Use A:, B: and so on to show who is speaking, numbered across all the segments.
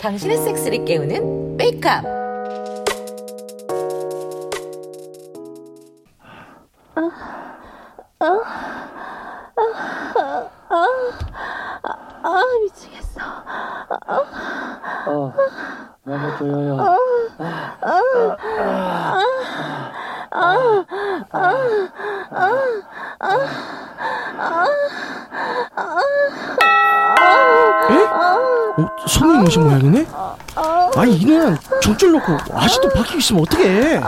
A: 당신의 섹스를 깨우는 메이크업.
B: 아 미치겠어.
C: 어, 너무 조여요. 아,
D: 에? 어, 손님 오신 모양이네? 아니 이는 정줄 놓고 아직도 박히고 있으면 어떡해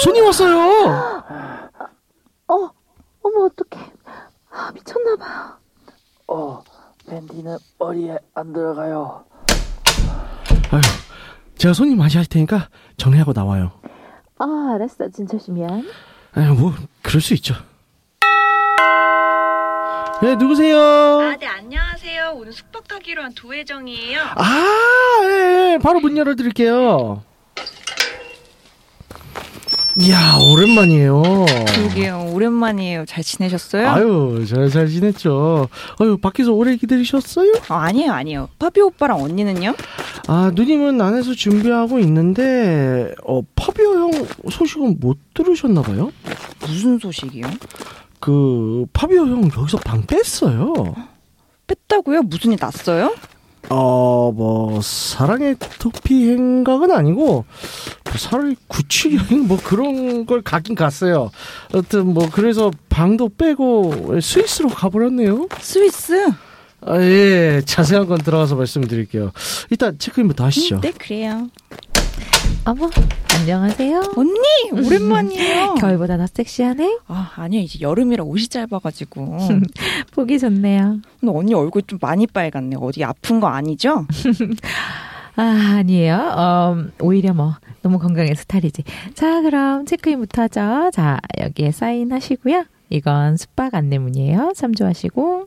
D: 손님 왔어요
B: 어 어머 어떡해. 아 미쳤나 봐요.
C: 어, 밴디는 머리에 안 들어가요.
D: 아휴, 제가 손님 맞이할 테니까 정리하고 나와요
B: 아 알았어 진철씨 미안.
D: 아휴 뭐 그럴 수 있죠 네 누구세요?
E: 아, 네, 안녕하세요. 오늘 숙박 하기로 한 도혜정이에요.
D: 아 예, 예, 바로 문 열어드릴게요 이야 오랜만이에요
E: 그러게요. 오랜만이에요. 잘 지내셨어요?
D: 아유, 잘, 잘 지냈죠. 아유, 밖에서 오래 기다리셨어요?
E: 어, 아니에요, 아니에요. 파비 오빠랑 언니는요?
D: 아, 누님은 안에서 준비하고 있는데, 어, 파비오 형 소식은 못 들으셨나봐요?
E: 무슨 소식이요?
D: 그, 파비오 형 여기서 방 뺐어요.
E: 뺐다고요? 무슨 일 났어요?
D: 어, 뭐, 사랑의 토피 행각은 아니고, 뭐 사랑의 구치기 행뭐 그런 걸 가긴 갔어요. 여튼 뭐, 그래서 방도 빼고 스위스로 가버렸네요.
E: 스위스?
D: 아, 예, 자세한 건 들어가서 말씀드릴게요. 일단 체크인부터 하시죠.
E: 음, 네, 그래요.
A: 어머, 안녕하세요.
E: 언니,
D: 음.
E: 오랜만이에요.
A: 겨울보다 더 섹시하네?
E: 아, 아니에요. 이제 여름이라 옷이 짧아가지고.
A: 보기 좋네요.
E: 근데 언니 얼굴 좀 많이 빨갛네. 어디 아픈 거 아니죠?
A: 아, 아니에요. 음, 오히려 뭐, 너무 건강해서 탈이지. 자, 그럼 체크인부터 하죠. 자, 여기에 사인하시고요. 이건 숙박 안내문이에요. 참조하시고.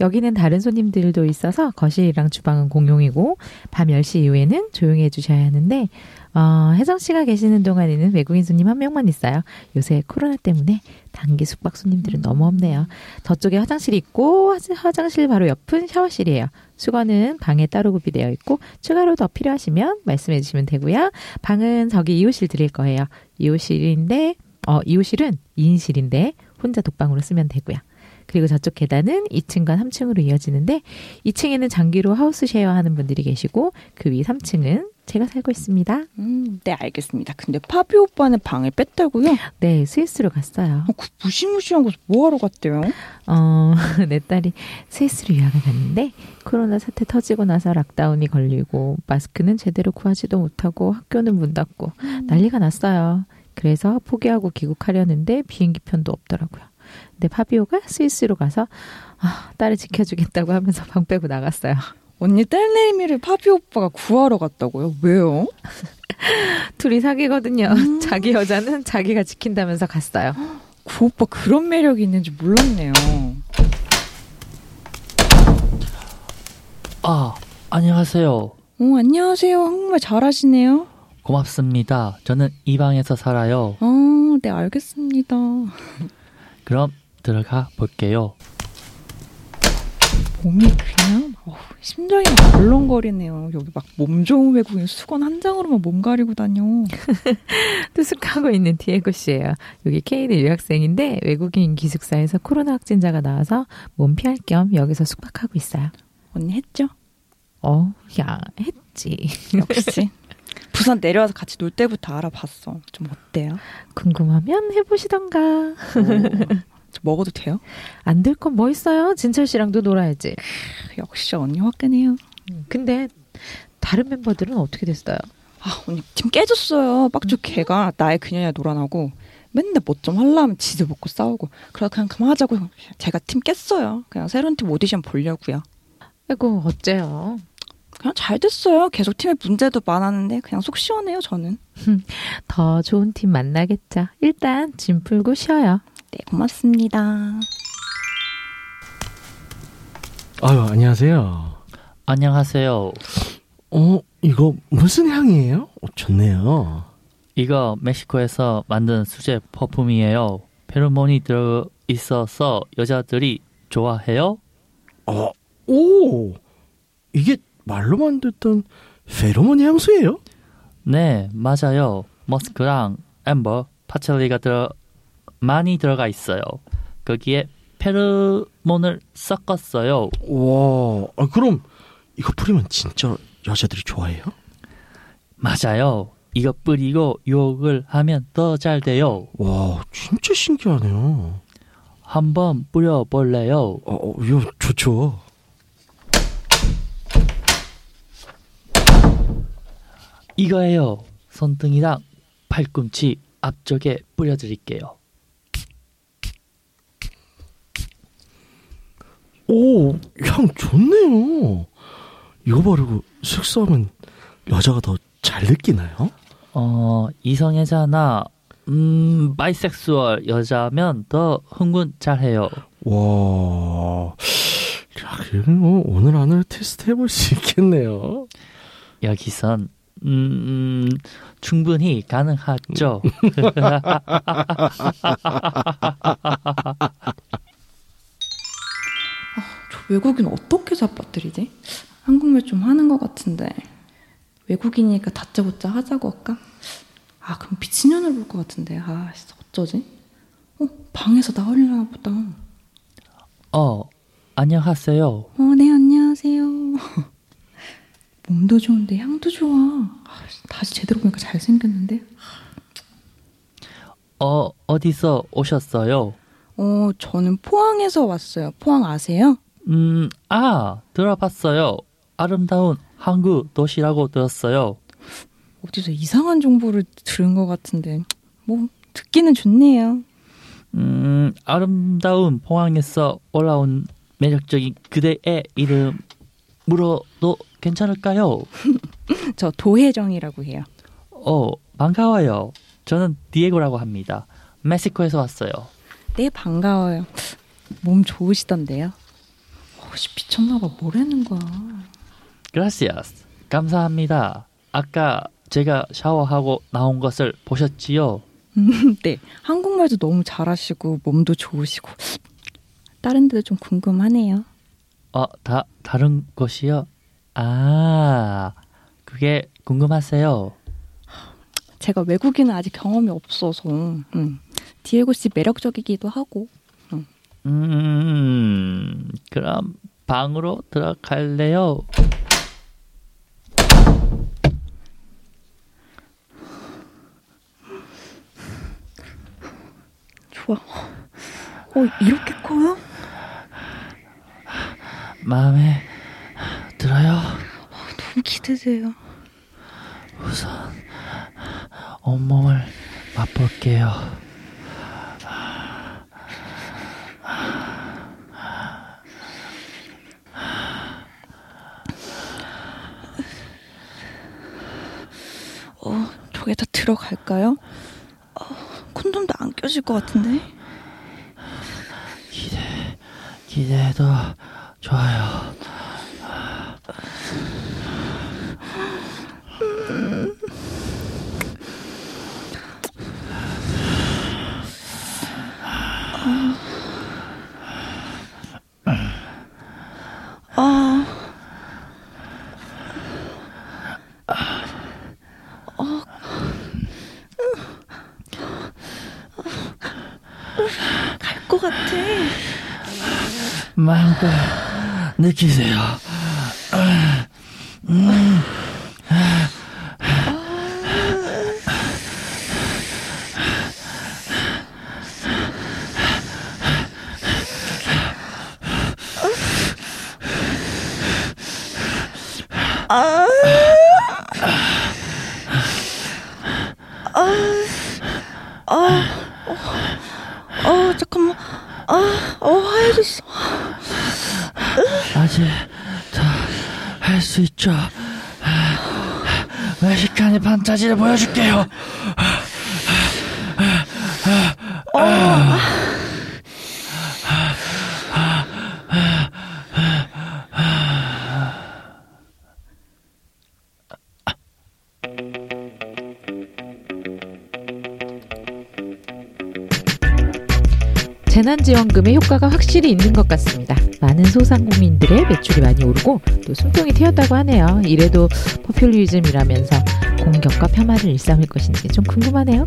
A: 여기는 다른 손님들도 있어서 거실이랑 주방은 공용이고, 밤 10시 이후에는 조용히 해주셔야 하는데, 어, 혜정 씨가 계시는 동안에는 외국인 손님 한 명만 있어요. 요새 코로나 때문에 단기 숙박 손님들은 너무 없네요. 저쪽에 화장실 있고, 화- 화장실 바로 옆은 샤워실이에요. 수건은 방에 따로 구비되어 있고 추가로 더 필요하시면 말씀해 주시면 되고요. 방은 저기 이호실 드릴 거예요. 이호실인데 어 이호실은 2인실인데 혼자 독방으로 쓰면 되고요. 그리고 저쪽 계단은 2층과 3층으로 이어지는데 2층에는 장기로 하우스 쉐어 하는 분들이 계시고 그 위 3층은 제가 살고 있습니다.
E: 음, 네, 알겠습니다. 근데 파비 오빠는 방을 뺐다고요? 어,
A: 네, 스위스로 갔어요.
E: 그 무시무시한 곳에 뭐하러 갔대요?
A: 어, 내 딸이 스위스로 유학을 갔는데 코로나 사태 터지고 나서 락다운이 걸리고 마스크는 제대로 구하지도 못하고 학교는 문 닫고 난리가 났어요. 그래서 포기하고 귀국하려는데 비행기 편도 없더라고요. 근데 파비오가 스위스로 가서 아, 딸을 지켜주겠다고 하면서 방 빼고 나갔어요.
E: 언니 딸내미를 파비 오빠가 구하러 갔다고요? 왜요?
A: 둘이 사귀거든요.
E: 음.
A: 자기 여자는 자기가 지킨다면서 갔어요.
E: 그 오빠 그런 매력이 있는지 몰랐네요.
C: 아, 안녕하세요.
E: 어, 안녕하세요. 한국말 잘하시네요.
C: 고맙습니다. 저는 이 방에서 살아요.
E: 아, 네, 알겠습니다.
C: 그럼 들어가 볼게요.
E: 몸이 그냥 어우, 심장이 막 벌렁거리네요. 여기 막 몸 좋은 외국인 수건 한 장으로만 몸 가리고 다녀.
A: 투숙하고 있는 디에고 씨예요. 여기 케이는 유학생인데 외국인 기숙사에서 코로나 확진자가 나와서 몸 피할 겸 여기서 숙박하고 있어요.
E: 언니 했죠?
A: 어, 야, 했지.
E: 역시. 부산 내려와서 같이 놀 때부터 알아봤어. 좀 어때요?
A: 궁금하면 해보시던가.
E: 어. 저 먹어도 돼요?
A: 안 될 건 뭐 있어요? 진철 씨랑도 놀아야지.
E: 크, 역시 언니 화끈해요.
A: 근데 다른 멤버들은 어떻게 됐어요?
E: 아, 언니 지금 깨졌어요. 빡주 걔가 나의 그녀야 놀아나고 맨날 뭐 좀 하려면 지들 먹고 싸우고 그래 그냥 그만하자고 제가 팀 깼어요. 그냥 새로운 팀 오디션 보려고요.
A: 아이고, 어째요?
E: 그냥 잘 됐어요. 계속 팀에 문제도 많았는데 그냥 속 시원해요 저는.
A: 더 좋은 팀 만나겠죠. 일단 짐 풀고 쉬어요.
E: 네 고맙습니다.
D: 아유, 안녕하세요.
F: 안녕하세요.
D: 어, 이거 무슨 향이에요? 어, 좋네요.
F: 이거 멕시코에서 만든 수제 퍼퓸이에요. 페로몬이 들어
C: 있어서 여자들이 좋아해요?
D: 어, 오, 이게 말로만 듣던 페로몬 향수예요?
C: 네, 맞아요. 머스크랑 앰버, 파첼리가 들어 많이 들어가 있어요. 거기에 페르몬을 섞었어요.
D: 와, 아, 그럼 이거 뿌리면 진짜 여자들이 좋아해요?
C: 맞아요. 이거 뿌리고 유혹을 하면 더 잘 돼요.
D: 와, 진짜 신기하네요.
C: 한번 뿌려볼래요.
D: 어, 어, 이거 좋죠.
C: 이거예요. 손등이랑 팔꿈치 앞쪽에 뿌려드릴게요.
D: 오, 향 좋네요. 이거 바르고 숙소하면 여자가 더 잘 느끼나요?
C: 어, 이성애자나 음, 바이섹수얼 여자면 더 흥분 잘해요.
D: 와, 야, 그러면 뭐 오늘 안을 테스트 해볼 수 있겠네요.
C: 여기선 음, 음, 충분히 가능하죠.
E: 저 외국인 어떻게 잡아들이지? 한국말 좀 하는 것 같은데 외국인이니까 다짜고짜 하자고 할까? 아 그럼 미친년을 볼 것 같은데 아 진짜 어쩌지? 어 방에서 나오려나 보다 어
C: 어, 안녕하세요.
E: 네 안녕하세요 몸도 좋은데 향도 좋아 아, 다시 제대로 보니까 잘생겼는데
C: 어, 어디서 오셨어요?
E: 어 저는 포항에서 왔어요 포항 아세요?
C: 음, 아, 들어봤어요. 아름다운 항구 도시라고 들었어요.
E: 어디서 이상한 정보를 들은 것 같은데 뭐 듣기는 좋네요
C: 음, 아름다운 포항에서 올라온 매력적인 그대의 이름 물어도 괜찮을까요?
E: 저 도혜정이라고 해요
C: 어, 반가워요. 저는 디에고라고 합니다. 멕시코에서 왔어요.
E: 네 반가워요. 몸 좋으시던데요. 어, 혹시 미쳤나봐 뭐라는 거야.
C: Gracias. 감사합니다. 아까 제가 샤워하고 나온 것을 보셨지요?
E: 네 한국말도 너무 잘하시고 몸도 좋으시고 다른 데도 좀 궁금하네요.
C: 어, 다 다른 곳이요? 아, 그게 궁금하세요?
E: 제가 외국인은 아직 경험이 없어서 음. 디에고 씨 매력적이기도 하고
C: 음, 그럼 방으로 들어갈래요?
E: 좋아. 어 이렇게 커요?
C: 마음에 들어요?
E: 너무 기대돼요.
C: 우선 온몸을 맛볼게요.
E: 어 저게 다 들어갈까요? 어, 콘돔도 안 껴질 것 같은데.
C: 기대, 기대해도 좋아요.
E: 아. 어. 갈 것 같아.
C: 마음껏 느끼세요.
E: 아. 아. 아. 어. 어, 잠깐만. 아, 어, 하얘졌어.
C: 아직 다 할 수 있죠. 멕시칸의 판타지를 보여줄게요.
A: 재난지원금의 효과가 확실히 있는 것 같습니다. 많은 소상공인들의 매출이 많이 오르고 또 숨통이 트였다고 하네요. 이래도 포퓰리즘이라면서 공격과 폄하를 일삼을 것인지 좀 궁금하네요.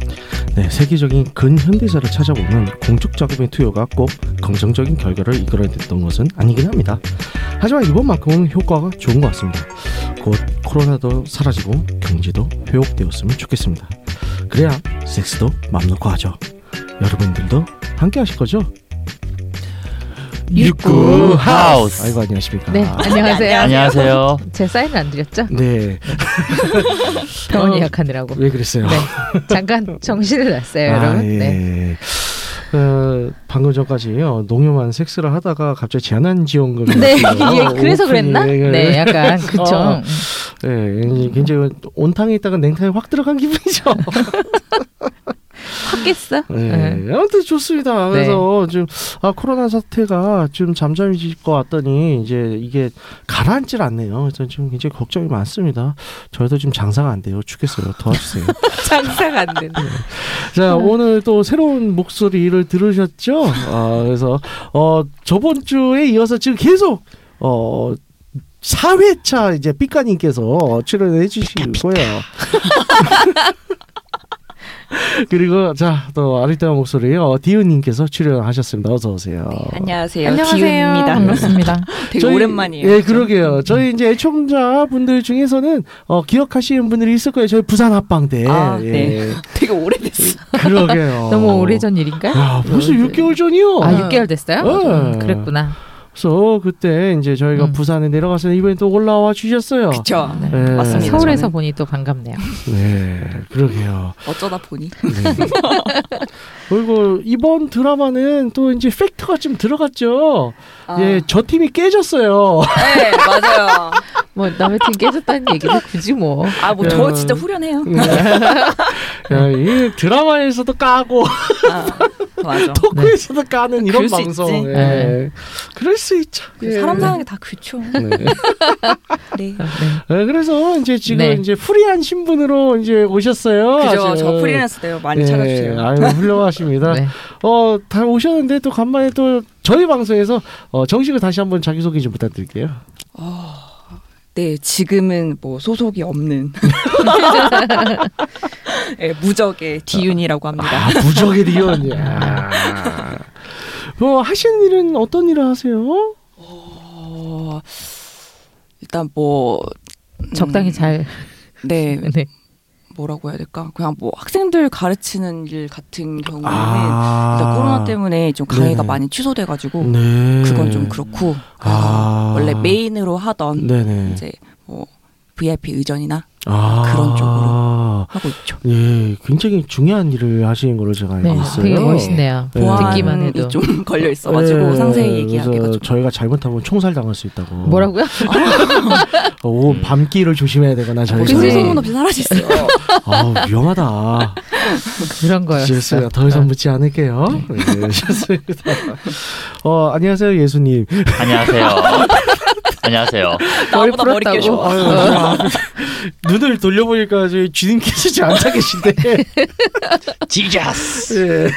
D: 네, 세계적인 근현대사를 찾아보면 공적 자금의 투여가 꼭 긍정적인 결과를 이끌어냈던 것은 아니긴 합니다. 하지만 이번만큼은 효과가 좋은 것 같습니다. 곧 코로나도 사라지고 경제도 회복되었으면 좋겠습니다. 그래야 섹스도 맘 놓고 하죠. 여러분들도 함께 하실 거죠?
G: 육구 하우스.
D: 아이고 안녕하십니까.
A: 네, 안녕하세요.
G: 안녕하세요.
A: 제 사인을 안 드렸죠?
D: 네,
A: 병원 예약하느라고.
D: 왜 그랬어요?
A: 네, 잠깐 정신을 놨어요, 여러분.
D: 예.
A: 네.
D: 어, 방금 전까지요 농염한 섹스를 하다가 갑자기 재난지원금
A: 네, 이게 그래서 그랬나? 네, 약간 그쵸.
D: 어. 네, 예, 굉장히 온탕에 있다가 냉탕에 확 들어간 기분이죠.
A: 컸겠어.
D: 네, 아무튼
A: 네.
D: 좋습니다. 그래서 지금 아, 코로나 사태가 좀 잠잠해질 것 같더니 이제 이게 가라앉질 않네요. 그래서 지금 굉장히 걱정이 많습니다. 저희도 지금 장사가 안 돼요. 죽겠어요. 도와주세요.
A: 장사가 안 된다.
D: 자,
E: 네.
D: 오늘 또 새로운 목소리를 들으셨죠? 아, 그래서, 어, 저번 주에 이어서 지금 계속, 어, 4회차 이제 삐까님께서 출연해 주시고요. 그리고 자, 또 아리따운 목소리, 어, 디은님께서 출연하셨습니다. 어서오세요.
E: 네, 안녕하세요.
A: 안녕하세요.
E: 기훈입니다.
A: 반갑습니다.
E: 되게
D: 저희-
E: 오랜만이에요. 음.
D: 예,
E: 그죠?
D: 그러게요. 저희 이제 애청자 분들 중에서는 어, 기억하시는 분들이 있을 거예요. 저희 부산 합방대.
E: 아,
D: 예.
E: 네. 되게 오래됐어.
D: 그러게요.
A: 너무 오래전 일인가요?
D: 야, 벌써
A: 네.
D: 6개월 전이요.
A: 아, 6개월 됐어요?
D: 네.
A: 음, 그랬구나.
D: 그래서 그때 이제 저희가
A: 음.
D: 부산에 내려가서 이번에 또 올라와 주셨어요.
E: 그쵸.
A: 네.
D: 네.
E: 맞습니다.
A: 서울에서
E: 저는.
A: 보니 또 반갑네요.
D: 네, 그러게요.
E: 어쩌다 보니.
D: 네. 그리고 이번 드라마는 또 이제 팩트가 좀 들어갔죠.
E: 아.
D: 예, 저 팀이 깨졌어요.
E: 네, 맞아요.
A: 뭐 남의 팀 깨졌다는 얘기는 굳이 뭐.
E: 아, 뭐
D: 음.
E: 저 진짜 후련해요.
D: 야, 이 드라마에서도
A: 네.
D: 까고
E: 아, 맞아.
D: 토크에서도 까는 이런
E: 그럴 수
D: 방송.
E: 있지.
D: 예.
A: 네.
D: 그럴 수 있죠. 예.
E: 그 사람 사는 게 다 그쵸.
D: 네.
E: 네.
D: 예, 그래서 이제 지금
A: 네.
D: 이제 프리한 신분으로 이제 오셨어요.
E: 그죠.
D: 아주.
E: 저 프리랜서 돼요. 많이
D: 예,
E: 찾아주세요.
D: 아유 훌륭하십니다.
A: 네.
D: 어, 다 오셨는데 또 간만에 또 저희 방송에서 어, 정식으로 다시 한번 자기소개 좀 부탁드릴게요.
E: 네, 지금은 뭐 소속이 없는 네, 무적의 디윤이라고 합니다.
D: 아, 무적의 리언. 야. 뭐 하시는 일은 어떤 일을 하세요?
E: 어, 일단 뭐 음,
A: 적당히 잘.
E: 네,
A: 네.
E: 뭐라고 해야 될까? 그냥 뭐 학생들 가르치는 일 같은 경우는 아. 네, 일단 코로나 때문에 좀 강의가
D: 아. 네네.
E: 많이 취소돼가지고
D: 네.
E: 그건 좀 그렇고
D: 아.
E: 그래서 원래 메인으로 하던
D: 네네.
E: 이제 뭐 VIP 의전이나
D: 아.
E: 그런 쪽으로. 하고 있죠.
D: 예, 굉장히 중요한 일을 하시는 걸로 제가 알고
A: 네.
D: 있어요.
A: 되게 멋있네요.
D: 네.
A: 듣기만
E: 보안이
A: 해도.
E: 좀 걸려 있어가지고
D: 예,
E: 상세히
D: 그래서
E: 얘기하기가 좀
D: 저희가 잘못하면 총살 당할 수 있다고. 어,
A: 뭐라고요?
D: 오, 밤길을 조심해야 되거나 저희가.
A: 그치.
E: 뭐 소리 소문 없이 사라졌어요.
D: 아우, 위험하다.
A: 그런 거였어요.
D: 좋습니다. 더 이상 묻지 않을게요. 네, 좋습니다. 어, 안녕하세요, 예수님.
E: 어?
G: 안녕하세요. 안녕하세요.
E: 나보다 머리
A: 풀었다고.
E: 깨져.
D: 아유, 아, 눈을 돌려보니까 저희 주님께서 지금 앉아 계신데.
E: 네.
G: 지저스.
D: 예.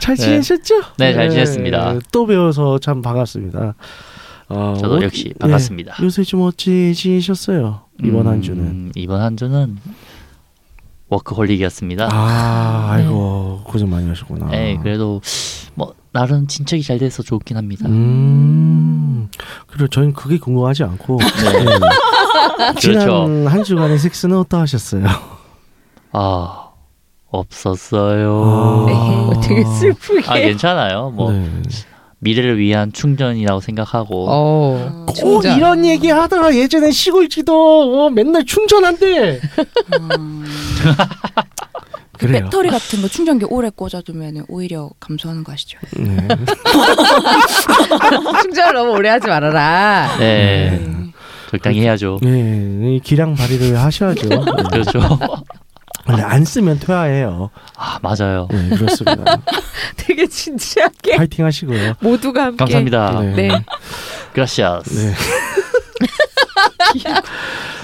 D: 잘
G: 네.
D: 지내셨죠?
G: 네, 잘 지냈습니다.
D: 예, 또 배워서 참 반갑습니다. 어,
G: 저도
D: 어,
G: 역시
D: 예,
G: 반갑습니다.
D: 요새 좀 어찌 지내셨어요? 이번 한 주는.
G: 음, 이번 한 주는 워크홀릭이었습니다.
D: 아, 아이고, 고생 많이 하셨구나.
G: 네, 그래도 뭐 나름 진척이 잘 돼서 좋긴 합니다.
D: 음. 그리고 저희는 그게 궁금하지 않고
G: 네.
D: 예.
G: 그렇죠.
D: 지난 한 주간의 섹스는 어떠하셨어요?
G: 아 없었어요. 네.
A: 어, 되게 슬프게.
G: 아 괜찮아요. 뭐
D: 아, 네.
G: 미래를 위한 충전이라고
D: 아,
G: 생각하고
A: 어.
D: 꼭
A: 충전.
D: 이런 얘기 하다가 예전에 시골지도 어, 맨날 충전한대.
E: 음. 그 배터리 같은 거 충전기 오래 꽂아두면 오히려 감소하는 거 아시죠?
D: 네.
A: 충전을 너무 오래 하지 말아라.
G: 네,
E: 네.
G: 적당히 해야죠.
D: 네, 이 기량 발휘를 하셔야죠. 네.
G: 그렇죠.
D: 원래 안 쓰면 퇴화해요.
G: 아 맞아요.
D: 네, 그렇습니다.
A: 되게 진지하게
D: 파이팅 하시고요.
A: 모두가 함께.
G: 감사합니다.
A: 예. 네.
G: 그라시아스.
D: 네.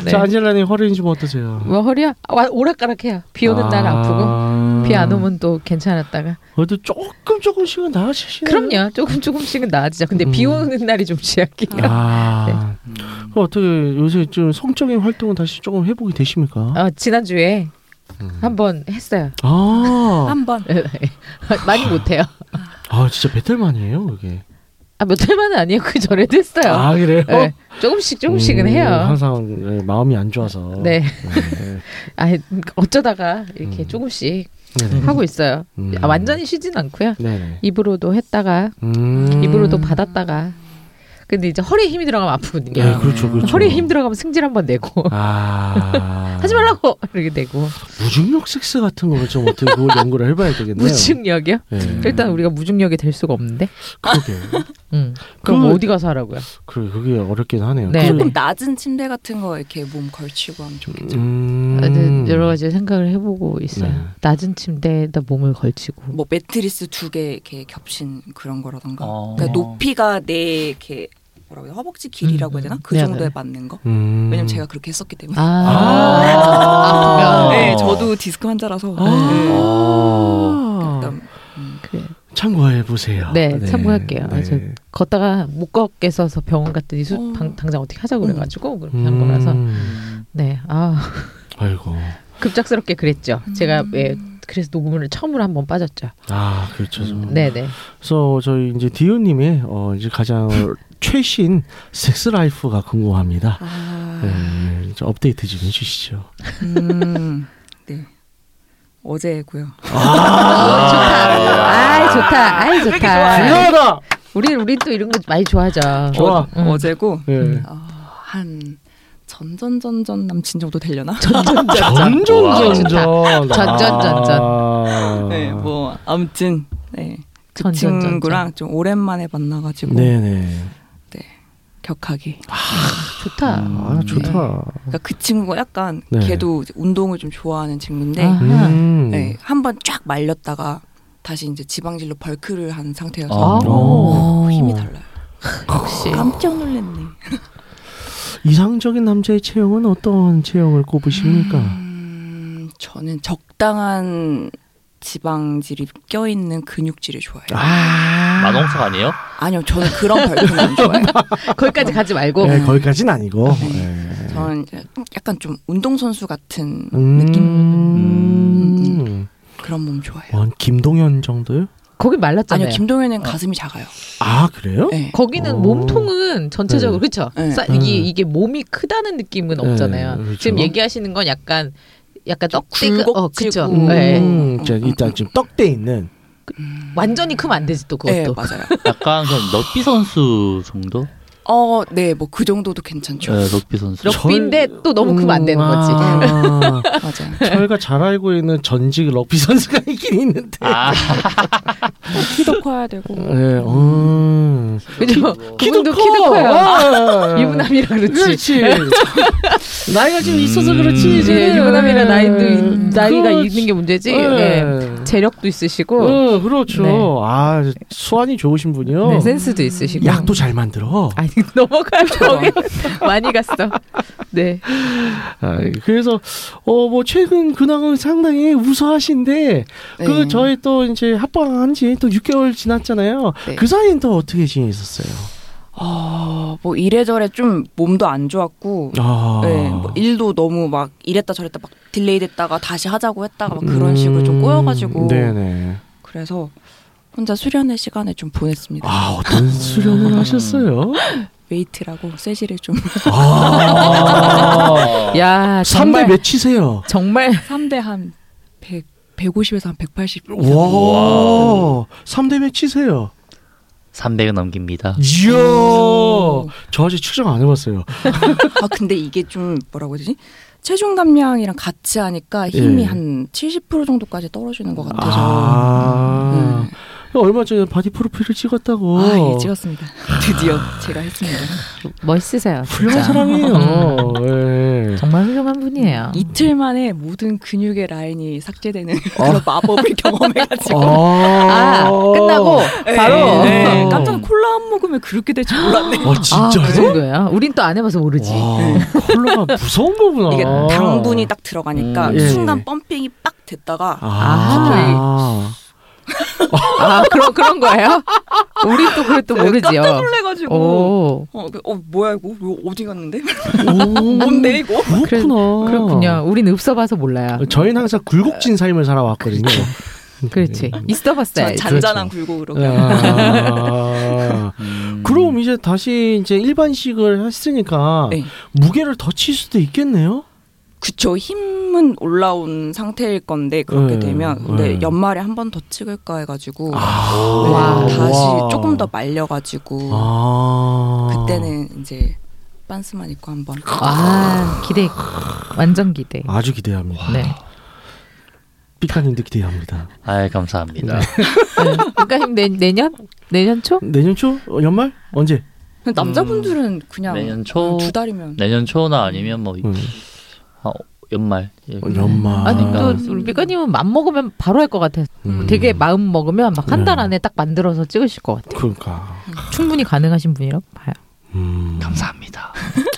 A: 네.
D: 자, 안젤라님 허리는 좀 어떠세요?
A: 뭐 허리야? 아, 와, 오락가락해요. 비 오는 날 아프고. 비 안 오면 또 괜찮았다가
D: 그래도 조금 조금씩은 나아지시네요.
A: 그럼요 조금 조금씩은 나아지죠 근데 비
D: 음.
A: 오는 날이 좀 취약해요
D: 아,
A: 네.
D: 그럼 어떻게 요새 좀 성적인 활동은 다시 조금 회복이 되십니까?
A: 어, 지난주에
D: 음.
A: 한번 했어요
D: 아,
E: 한번
A: 많이 못해요
D: 아 진짜 배틀만이에요 이게.
A: 아, 몇 달만은 아니에요 그 전에도 했어요
D: 아 그래요?
A: 네, 조금씩 조금씩은
D: 음,
A: 해요
D: 항상 네, 마음이 안 좋아서.
A: 네.
D: 네.
A: 아, 어쩌다가 이렇게
D: 음.
A: 조금씩
D: 네네.
A: 하고 있어요
D: 음.
A: 아, 완전히 쉬진 않고요
D: 네네.
A: 입으로도 했다가
D: 음.
A: 입으로도 받았다가 근데 이제 허리에 힘이 들어가면 아프거든요
D: 네, 그렇죠, 그렇죠.
A: 허리에 힘 들어가면 승질 한번 내고
D: 아.
A: 하지 말라고 이렇게 되고
D: 무중력 섹스 같은 거를 좀 어떻게 그걸 연구를 해봐야 되겠네요.
A: 무중력이요?
D: 네.
A: 일단 우리가 무중력이 될 수가 없는데.
D: 그러게.
A: 음. 그럼
D: 그-
A: 어디 가서 하라고요?
D: 그 그게 어렵긴 하네요.
A: 네.
D: 그-
E: 조금 낮은 침대 같은 거 이렇게 몸 걸치고 하면 좋겠죠.
D: 음.
A: 네, 여러 가지 생각을 해보고 있어요.
D: 네.
A: 낮은 침대에다 몸을 걸치고.
E: 뭐 매트리스 두 개 이렇게 겹친 그런
D: 아,
E: 거라던가.
G: 어.
E: 그러니까 높이가 내 이렇게 뭐라고 해요? 허벅지 길이라고 해야 되나? 그
A: 네,
E: 정도에
A: 네.
E: 맞는 거.
D: 음.
E: 왜냐면 제가 그렇게 했었기 때문에.
A: 아,
D: 아.
A: 아~
E: 네, 저도 디스크 환자라서. 네.
D: 음.
E: 일단
A: 그래.
D: 참고해 보세요.
A: 네, 참고할게요. 아, 저 걷다가 못 걷게 써서 병원 갔더니 수, 방, 당장 어떻게 하자고 그래가지고 그렇게 한
D: 음.
A: 거라서. 네, 아
D: 아이고.
A: 급작스럽게 그랬죠. 제가 예, 그래서 녹음을 처음으로 한 번 빠졌죠.
D: 아 그렇죠.
A: 네, 네.
D: 그래서 저희 이제 디오님의 어 이제 가장 최신 섹스 라이프가 궁금합니다.
E: 아,
D: 네, 좀 업데이트 좀 해주시죠.
E: 음, 네. 어제고요.
A: 아, 좋다. 아이 좋다. 아이 좋다.
D: 중요하다.
A: 우리 우리 또 이런 거 많이 좋아하죠.
D: 좋아.
A: 음.
E: 어제고
D: 예.
E: 어, 한 전전전전 남친 정도 되려나?
D: 전전전전.
A: 아. 전전전전.
D: 아.
E: 네, 뭐 아무튼 네. 그
A: 전전전전.
E: 친구랑 좀 오랜만에 만나가지고
D: 네네.
E: 격하게.
A: 좋다.
D: 아 좋다.
E: 그러니까 그 친구가 약간
D: 네.
E: 걔도 이제 운동을 좀 좋아하는 친구인데
A: 아.
D: 음.
E: 네, 한 번 쫙 말렸다가 다시 이제 지방질로 벌크를 한
A: 아. 어.
E: 상태여서
D: 어. 오.
E: 힘이 달라요.
A: 역시.
E: 깜짝 놀랐네.
D: 이상적인 남자의 체형은 어떤 체형을 꼽으십니까?
E: 음, 저는 적당한 지방질이 껴있는 근육질을 좋아해요.
D: 아.
G: 마동석 아니에요?
E: 아니요, 저는 그런 벌크는 안 좋아해요.
A: 거기까지 가지 말고.
D: 네, 거기까지는 아니고.
E: 네.
D: 네.
E: 저는 이제 약간 좀 운동선수 같은
D: 음.
E: 그런 몸 좋아해요.
D: 원뭐 김동현 정도요?
A: 거기 말랐잖아요.
E: 아니요, 어. 김동현은 가슴이 작아요.
D: 아 그래요?
E: 네.
A: 거기는
D: 오.
A: 몸통은 전체적으로 그렇죠.
E: 네.
A: 싸- 이게
D: 네.
A: 이게 몸이 크다는 느낌은
D: 네,
A: 없잖아요.
D: 그렇죠.
A: 지금 얘기하시는 건 약간 약간 떡대고
E: 굴곡지고.
A: 어, 그렇죠.
E: 음.
A: 네.
D: 음, 자, 일단 지금 떡대 있는.
A: 완전히 크면 안 되지 또
E: 네,
A: 그것도.
E: 맞아요.
G: 약간 그럼 럭비 선수 정도?
E: 어, 네, 뭐 그 정도도 괜찮죠.
G: 네, 럭비 선수.
A: 럭비인데 또 너무 크면 안 되는 거지.
D: 음, 아,
E: 맞아요.
D: 저희가 잘 알고 있는 전직 럭비 선수가 있긴 있는데.
G: 아,
E: 키도 커야 되고.
D: 네, 음.
A: 그죠?
D: 키도
A: 그분도
D: 커. 아.
A: 키도 커요. 네.
D: 와.
A: 유부남이라 그렇지. 네,
D: 그렇지. 나이가 지금 있어서 그렇지. 지금.
A: 예, 유부남이라 나이도 있- 나이가
D: 음. 그렇지.
A: 있는 게 문제지.
D: 네.
A: 예. 재력도 있으시고
D: 어, 그렇죠.
A: 네.
D: 아, 수완이 좋으신 분이요.
A: 네, 센스도 있으시고.
D: 약도 잘 만들어.
A: 아니 넘어갈 거기 많이 갔어. 네.
D: 아, 그래서 어 뭐 최근 근황은 상당히 우수하신데 그
E: 네.
D: 저희 또 이제 합방한 지 또 6개월 지났잖아요.
E: 네.
D: 그 사이엔 또 어떻게 지내셨어요?
E: 어, 뭐 이래저래 좀 몸도 안 좋았고.
D: 아.
E: 네, 뭐 일도 너무 막 이랬다 저랬다 막 딜레이 됐다가 다시 하자고 했다가 막 그런
D: 음,
E: 식으로 좀 꼬여가지고
D: 네네.
E: 그래서 혼자 수련의 시간을 좀 보냈습니다.
D: 아, 어떤 수련을 하셨어요?
E: 웨이트라고 쇠질을 좀
D: 아.
A: 야
D: 삼대
A: 정말
D: 몇 치세요?
A: 정말
E: 3대 한 100, 150에서 한 180.
D: 와. 삼대몇 치세요?
G: 300은 넘깁니다.
D: 이야.
E: 오.
D: 저 아직 측정 안 해봤어요.
E: 아 근데 이게 좀 뭐라고 해야 되지? 체중 감량이랑 같이 하니까 힘이
D: 예.
E: 한 70% 정도까지 떨어지는 것 같아서.
D: 아.
E: 네.
D: 얼마 전에 바디 프로필을 찍었다고.
E: 아, 예, 찍었습니다. 드디어 제가 했습니다.
A: 멋있으세요.
D: 훌륭한 사람이에요. 예. 네.
A: 정말 훌륭한 분이에요.
E: 이틀 만에 모든 근육의 라인이 삭제되는 그런 마법을 경험해가지고
D: 어,
A: 아, 끝나고 바로
E: 네, 네. 깜짝 콜라 한 모금에 그렇게 될 줄 몰랐네.
D: 어,
A: 아, 그
D: 예. 아, 진짜요?
A: 정도야. 우린 또 안 해봐서 모르지.
D: 와, 콜라가 무서운 거구나.
E: 이게 당분이 딱 들어가니까
D: 어. 음, 예.
E: 순간 펌핑이 빡 됐다가
D: 아.
A: 아 그런 그런 거예요? 우리 또 그걸 또 모르지요. 어.
E: 어, 깜짝 놀래가지고
A: 오
E: 어, 그, 어 뭐야 이거 이거 어디 갔는데
D: 오,
E: 뭔데 이거
A: 그래-
D: 그렇구나.
A: 그렇군요. 우린 읍서봐서 몰라요.
D: 저희는 항상 굴곡진 삶을 살아왔거든요.
A: 아. 그렇죠.
D: 네.
A: 그렇지.
E: 저
A: 있어봤어요.
E: 잔잔한 굴곡으로
D: 아.
G: 음.
D: 그럼 이제 다시 이제 일반식을 했으니까
E: 네.
D: 무게를 더 칠 수도 있겠네요.
E: 그쵸 힘은 올라온 상태일 건데 그렇게
D: 네,
E: 되면 근데
D: 네.
E: 연말에 한 번 더 찍을까 해가지고 네,
A: 아. 와.
E: 다시
D: 와.
E: 조금 더 말려가지고
D: 아.
E: 네. 그때는 이제 반스만 입고 한번
A: 아 기대 완전 기대.
D: 아주 기대합니다.
A: 네.
D: 삐까님도 기대합니다.
G: 아이 감사합니다.
A: 그러니까 형 내, 내년 내년 초?
D: 내년 초 어, 연말 언제?
E: 근데 남자분들은 그냥
G: 내년 음. 초? 네.
E: 두 달이면
G: 내년 초나 아니면 뭐
D: 음.
G: 아, 연말.
D: 어,
E: 음.
D: 연말.
A: 아니
G: 아.
A: 또 우리 삐까님은 맘 먹으면 바로 할 것 같아.
D: 음.
A: 되게 마음 먹으면 막 한 달
D: 네.
A: 안에 딱 만들어서 찍으실 것 같아.
D: 그러니까.
A: 충분히 가능하신 분이라고 봐요.
D: 음.
G: 감사합니다.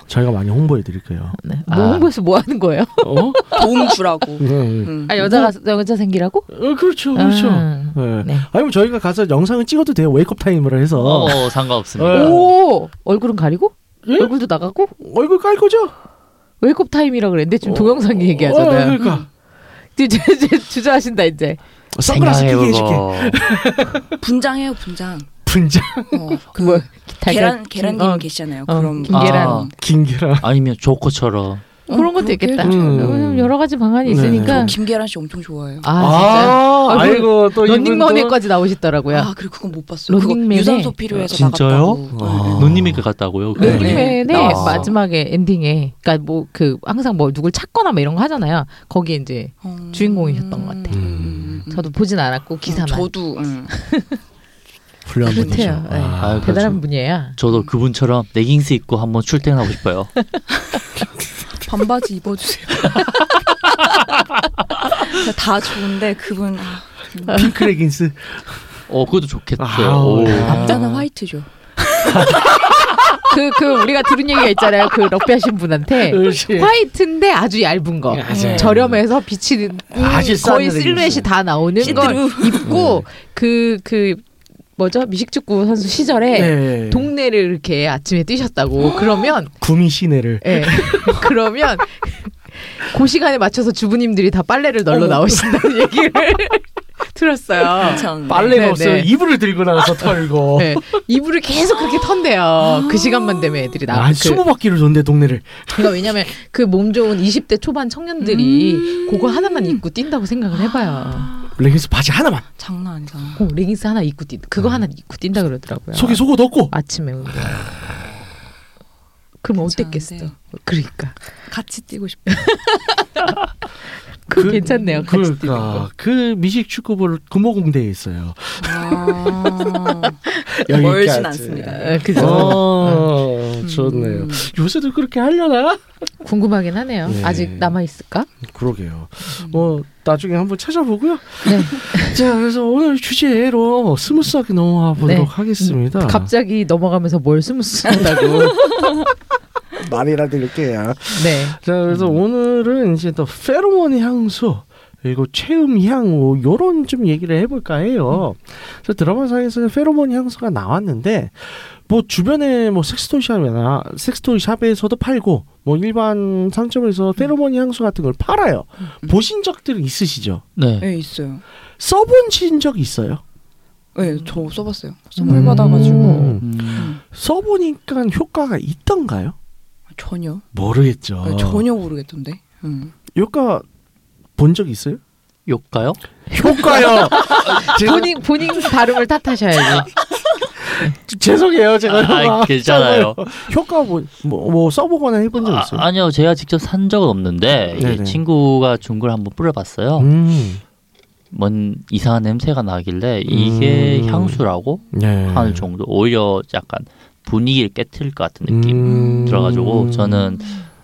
D: 저희가 많이 홍보해 드릴게요.
A: 네.
G: 아.
A: 뭐 홍보에서 뭐 하는 거예요?
D: 어?
E: 도움 주라고
D: 음.
E: 음.
A: 아 여자가 여자 생기라고?
D: 어, 그렇죠, 그렇죠.
A: 아.
D: 예.
A: 네.
D: 아니면 저희가 가서 영상을 찍어도 돼요. 웨이크업 타임으로 해서
G: 어, 상관없습니다.
D: 네.
A: 오 얼굴은 가리고?
D: 예?
A: 얼굴도 나가고?
D: 얼굴 깔 거죠?
A: 웨이크업 타임이라 그랬는데 지금 동영상
D: 어,
A: 얘기하잖아요.
D: 그러니까
A: 이제 이제 주저하신다 이제.
D: 선글라스 끼게 해줄게.
E: 분장해요 분장
D: 분장
E: 어, 그
A: 뭐 달걀-
E: 계란 계란님
A: 어,
E: 계시잖아요
A: 어,
E: 그런
A: 김- 계란.
G: 아,
D: 김계란.
G: 아니면 조커처럼
E: 어,
A: 그런 것도
E: 그렇게
A: 있겠다.
E: 해줘.
D: 음.
A: 왜냐면 여러 가지 방안이
D: 네.
A: 있으니까.
E: 저 어, 김계란 씨 엄청 좋아해요
A: 아 진짜. 요 아,
D: 아이고 또 이분 또
A: 런닝맨에까지 나오시더라고요.
E: 아 그리고 그건 못 봤어요 그거
A: 런닝맨에-
E: 유산소 필요해서
G: 진짜요?
D: 어.
E: 나갔다고 네.
G: 누님이 그 같다고요.
E: 네.
A: 런닝맨의 아.
E: 네, 나왔어.
A: 마지막에 엔딩에, 그러니까 뭐 그 항상 뭐 누굴 찾거나 뭐 이런 거 하잖아요. 거기에 이제
E: 어.
A: 주인공이셨던 것 같아요.
E: 음.
A: 저도 보진 않았고
E: 음,
A: 기사만.
E: 저도 음.
D: 훌륭한 분이죠.
A: 그렇대요. 네.
D: 아,
G: 아유,
A: 대단한 분이에요.
G: 저도 그분처럼 레깅스 입고 한번 출퇴근하고 싶어요.
E: 반바지 입어주세요. 진짜 다 좋은데 그분 아,
D: 핑크 레깅스.
A: 네.
G: 어, 그것도 좋겠어요.
D: 아우.
G: 오.
E: 남자는 화이트죠.
A: 그 그 우리가 들은 얘기가 있잖아요. 그 럭비 하신 분한테
D: 그렇지.
A: 네. 화이트인데 음, 아주 얇은 거
D: 맞아요.
A: 저렴해서 빛이 음,
D: 아주 싼
A: 거의
D: 레깅스.
A: 실루엣이 다 나오는 걸 입고 그 그 뭐죠 미식축구 선수 시절에
D: 네.
A: 동네를 이렇게 아침에 뛰셨다고 그러면
D: 구미 시내를.
A: 예 그러면 그 시간에 맞춰서 주부님들이 다 빨래를 널러 나오신다는 얘기를 들었어요.
E: 괜찮은데.
D: 빨래가
A: 네,
D: 없어요.
A: 네.
D: 이불을 들고 나와서 털고.
A: 예 이불을 계속 그렇게 턴대요. 그 시간만 되면 애들이 나.
D: 아,
A: 그-
D: 스무 바퀴를 돈대 동네를.
A: 그러니까 왜냐면 그 몸 좋은 20대 초반 청년들이
D: 음.
A: 그거 하나만 입고 뛴다고 생각을 해봐요.
D: 레깅스 바지 하나만.
E: 장난 아니잖아.
A: 어, 레깅스 하나 입고 뛴 그거 하나 입고 뛴다 그러더라고요.
D: 속에 속옷 넣고.
A: 아. 아침에 운동. 그럼 어땠겠어?
E: 괜찮은데.
A: 그러니까
E: 같이 뛰고 싶어.
A: 그거 괜찮네요. 같이
D: 그러니까
A: 뛰는 거.
D: 그 미식 축구볼 금호공대에 있어요.
E: 아,
D: 여기까지.
E: 멀진 않습니다.
A: 아, 음. 그죠?
D: 어, 좋네요. 요새도 그렇게 하려나?
A: 궁금하긴 하네요.
D: 네.
A: 아직 남아 있을까?
D: 그러게요.
A: 음.
D: 뭐 나중에 한번 찾아보고요.
A: 네.
D: 자, 그래서 오늘 주제로 스무스하게 넘어가
A: 네.
D: 보도록 하겠습니다.
A: 갑자기 넘어가면서 뭘 스무스하다고.
D: 아. 말이라 드릴게요. 음.
A: 네.
D: 자, 그래서 오늘은 이제 또 페로몬 향수 그리고 체음 향뭐 요런 좀 얘기를 해볼까 해요.
A: 음.
D: 그래서 드라마상에서는 페로몬 향수가 나왔는데 뭐 주변에 뭐 섹스토이 샵이나 섹스토이 샵에서도 팔고 뭐 일반
A: 음.
D: 상점에서 페로몬 향수 같은 걸 팔아요. 보신 적들은 있으시죠?
G: 네.
E: 네 있어요.
D: 써보신 적 있어요?
E: 네, 저 써봤어요. 선물 받아가지고
D: 음.
G: 음.
D: 써보니까 효과가 있던가요?
E: 전혀
D: 모르겠죠.
E: 네, 전혀 모르겠던데. 음.
D: 효과 본 적 있어요?
G: 욕가요?
D: 효과요.
A: 본인 본인 발음을 탓하셔야지.
D: 죄송해요,
G: 아, 아, 괜찮아요.
D: 효과 뭐, 뭐, 뭐 써보거나 해본 적
G: 아,
D: 있어요?
G: 아니요, 제가 직접 산 적은 없는데 이게
D: 네네.
G: 친구가 준 걸 한번 뿌려봤어요.
D: 음,
G: 뭔 이상한 냄새가 나길래 이게
D: 음.
G: 향수라고
D: 네.
G: 하는 정도. 오히려 약간 분위기를 깨뜨릴 것 같은 느낌
D: 음.
G: 들어가지고 저는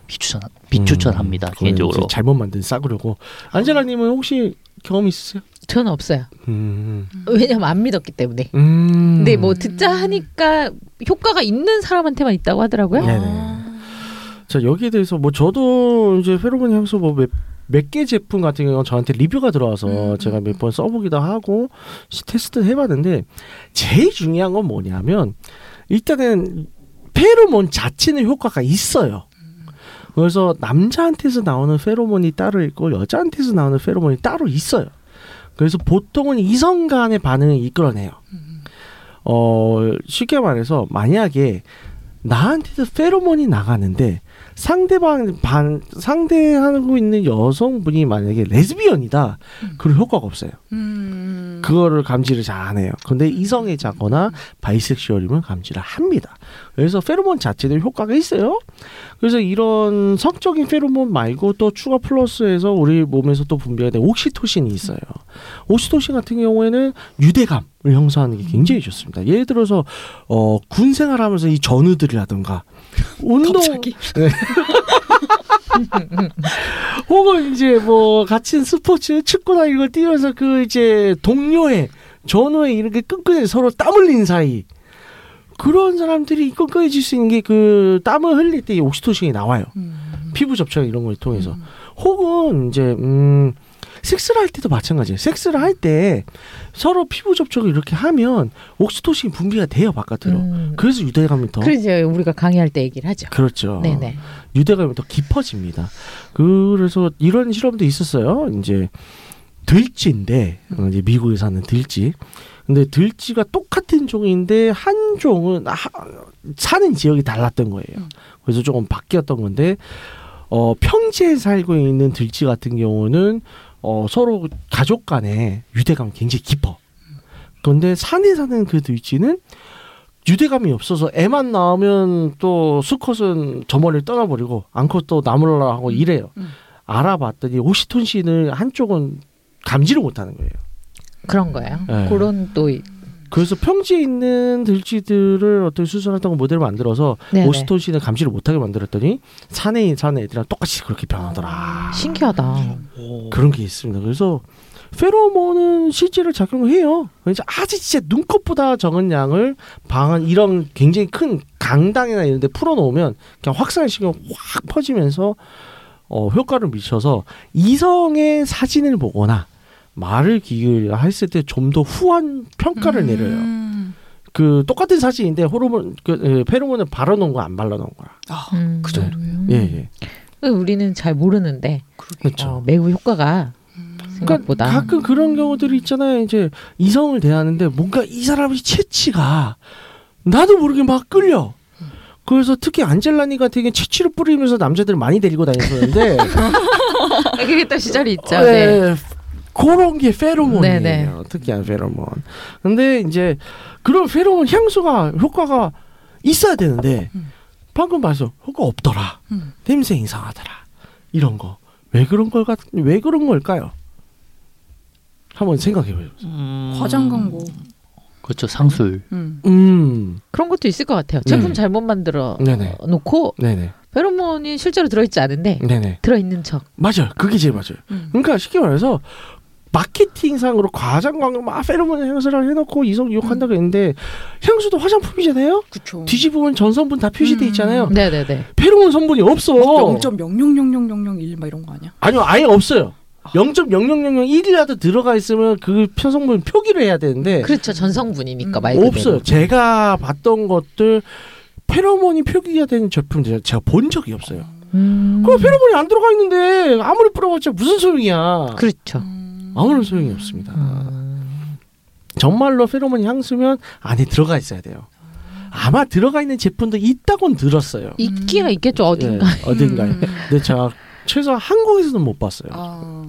G: 비추천 비추천합니다.
D: 그건 이제
G: 개인적으로.
D: 잘못 만든 싸구려고. 안젤라님은 혹시 경험 있으세요?
A: 저는 없어요.
D: 음.
A: 왜냐면 안 믿었기 때문에.
D: 음.
E: 네,
A: 근데 뭐 듣자 하니까 효과가 있는 사람한테만 있다고 하더라고요.
D: 네.
E: 아.
D: 자 여기에 대해서 뭐 저도 이제 페로몬 향수 뭐몇 개 제품 같은 경우는 저한테 리뷰가 들어와서 제가 몇 번 써보기도 하고 시- 테스트 해봤는데 제일 중요한 건 뭐냐면 일단은 페로몬 자체는 효과가 있어요. 그래서 남자한테서 나오는 페로몬이 따로 있고 여자한테서 나오는 페로몬이 따로 있어요. 그래서 보통은 이성 간의 반응을 이끌어내요. 어, 쉽게 말해서 만약에 나한테도 페로몬이 나가는데 상대방 반 상대하고 있는 여성분이 만약에 레즈비언이다. 그럴 효과가 없어요. 그거를 감지를 잘 안 해요. 근데 이성애자거나 바이섹슈얼이면 감지를 합니다. 그래서 페로몬 자체도 효과가 있어요. 그래서 이런 성적인 페로몬 말고 또 추가 플러스해서 우리 몸에서 또 분비가 되는 옥시토신이 있어요. 옥시토신 같은 경우에는 유대감을 형성하는 게 굉장히 좋습니다. 예를 들어서 어, 군 생활하면서 이 전우들이라든가 운동 네. 혹은 이제 뭐 같은 스포츠 축구나 이걸 뛰면서 그 이제 동료의 전우의 이렇게 끈끈히 서로 땀 흘린 사이 그런 사람들이 끈끈해질 수 있는 게 그 땀을 흘릴 때 이 옥시토신이 나와요.
A: 음.
D: 피부 접촉 이런 걸 통해서 혹은 이제 음 섹스를 할 때도 마찬가지예요. 섹스를 할 때 서로 피부 접촉을 이렇게 하면 옥시토신이 분비가 돼요 바깥으로.
A: 음.
D: 그래서 유대감이 더
A: 그래서 우리가 강의할 때 얘기를 하죠.
D: 그렇죠.
A: 네네.
D: 유대감이 더 깊어집니다. 그래서 이런 실험도 있었어요. 이제 들쥐인데 어, 이제 미국에 사는 들쥐. 근데 들쥐가 똑같은 종인데 한 종은 하- 사는 지역이 달랐던 거예요. 그래서 조금 바뀌었던 건데 어, 평지에 살고 있는 들쥐 같은 경우는 어, 서로 가족 간의 유대감이 굉장히 깊어. 그런데 산에 사는 그 들쥐는 유대감이 없어서 애만 낳으면 또 수컷은 저 멀리 떠나버리고 암컷 또 나물라
A: 음.
D: 하고 이래요. 알아봤더니 오시톤 씨는 한쪽은 감지를 못하는 거예요.
A: 그런 거예요.
D: 네.
A: 그런 또 이-
D: 그래서 평지에 있는 들쥐들을 어떤 수술했던 걸 모델을 만들어서
A: 네네.
D: 오시톤 씨는 감지를 못하게 만들었더니 산에 사는 애들이랑 똑같이 그렇게 변하더라.
A: 신기하다.
E: 음.
D: 그런 게 있습니다. 그래서 페로몬은 실제로 작용해요. 그래서 아주 진짜 눈꽃보다 적은 양을 방한 이런 굉장히 큰 강당이나 이런 데 풀어놓으면 그냥 확산시경 확 퍼지면서 어, 효과를 미쳐서 이성의 사진을 보거나 말을 기울여 했을 때 좀 더 후한 평가를
E: 음.
D: 내려요. 그 똑같은 사진인데 호르몬 그 에, 페로몬을 발라놓은 거 안 발라놓은 거야.
E: 아,
A: 음.
E: 그 정도예요.
A: 음.
D: 예 예.
A: 우리는 잘 모르는데
D: 그렇죠.
A: 어, 매우 효과가
E: 음.
A: 생각보다
D: 그러니까 가끔 그런 경우들이 있잖아요. 이제 이성을 대하는데 뭔가 이 사람이 채취가 나도 모르게 막 끌려. 그래서 특히 안젤라니 같은 경우 채취를 뿌리면서 남자들 을 많이 데리고 다녔었는데
A: 그랬던 시절이 있죠. 네.
D: 네. 그런 게 페로몬이에요.
A: 네네.
D: 특이한 페로몬. 근데 이제 그런 페로몬 향수가 효과가 있어야 되는데
A: 음.
D: 방금 봐서 효과 없더라. 냄새 이상하더라. 이런 거. 왜 그런 걸까? 왜 그런 걸까요? 한번 생각해 보세요.
C: 과장 광고.
G: 음. 그렇죠. 상술.
E: 음.
D: 음.
A: 그런 것도 있을 것 같아요. 제품
D: 네.
A: 잘못 만들어
D: 네네.
A: 놓고
D: 네네.
A: 페로몬이 실제로 들어있지 않은데
D: 네네.
A: 들어있는 척.
D: 맞아요. 그게 제일 맞아요.
E: 음.
D: 그러니까 쉽게 말해서 마케팅상으로 과장 광고 막 페로몬 향수랑 해놓고 이성 유혹한다고
A: 음.
D: 했는데 향수도 화장품이잖아요.
E: 그쵸.
D: 뒤집으면 전성분 다
A: 음.
D: 표시돼 있잖아요.
A: 네네네.
D: 페로몬 성분이 없어.
E: 0.0000001 막 이런 거 아니야?
D: 아니요, 아예 없어요. 0.00001이라도 들어가 있으면 그 편성분 표기를 해야 되는데
A: 그렇죠. 전성분이니까 말 그대로.
D: 음. 없어요. 제가 봤던 것들 페로몬이 표기가 되는 제품들 제가 본 적이 없어요.
A: 음.
D: 그 페로몬이 안 들어가 있는데 아무리 뿌려봤자 무슨 소용이야.
A: 그렇죠.
E: 음.
A: 아.
D: 아무런 소용이 없습니다. 정말로 페로몬 향수면 안에 들어가 있어야 돼요. 아마 들어가 있는 제품도 있다곤 들었어요.
A: 있기야 있겠죠. 어딘가.
D: 예, 어딘가에.
A: 음.
D: 근데 제가 최소한 한국에서는 못 봤어요.
E: 아.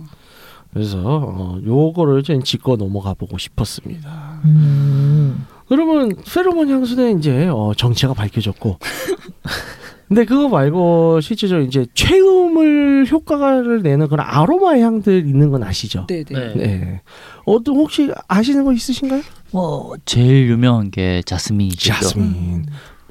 D: 그래서 어, 요거를 좀 짚고 넘어가 보고 싶었습니다. 그러면 페로몬 향수는 이제 어, 정체가 밝혀졌고. 근데 그거 말고 실제적으로 이제 최음을 효과를 내는 그런 아로마 향들 있는 건 아시죠?
E: 네네.
G: 네.
D: 네. 어떤 혹시 아시는 거 있으신가요?
G: 뭐 제일 유명한 게 자스민이죠.
D: 자스민.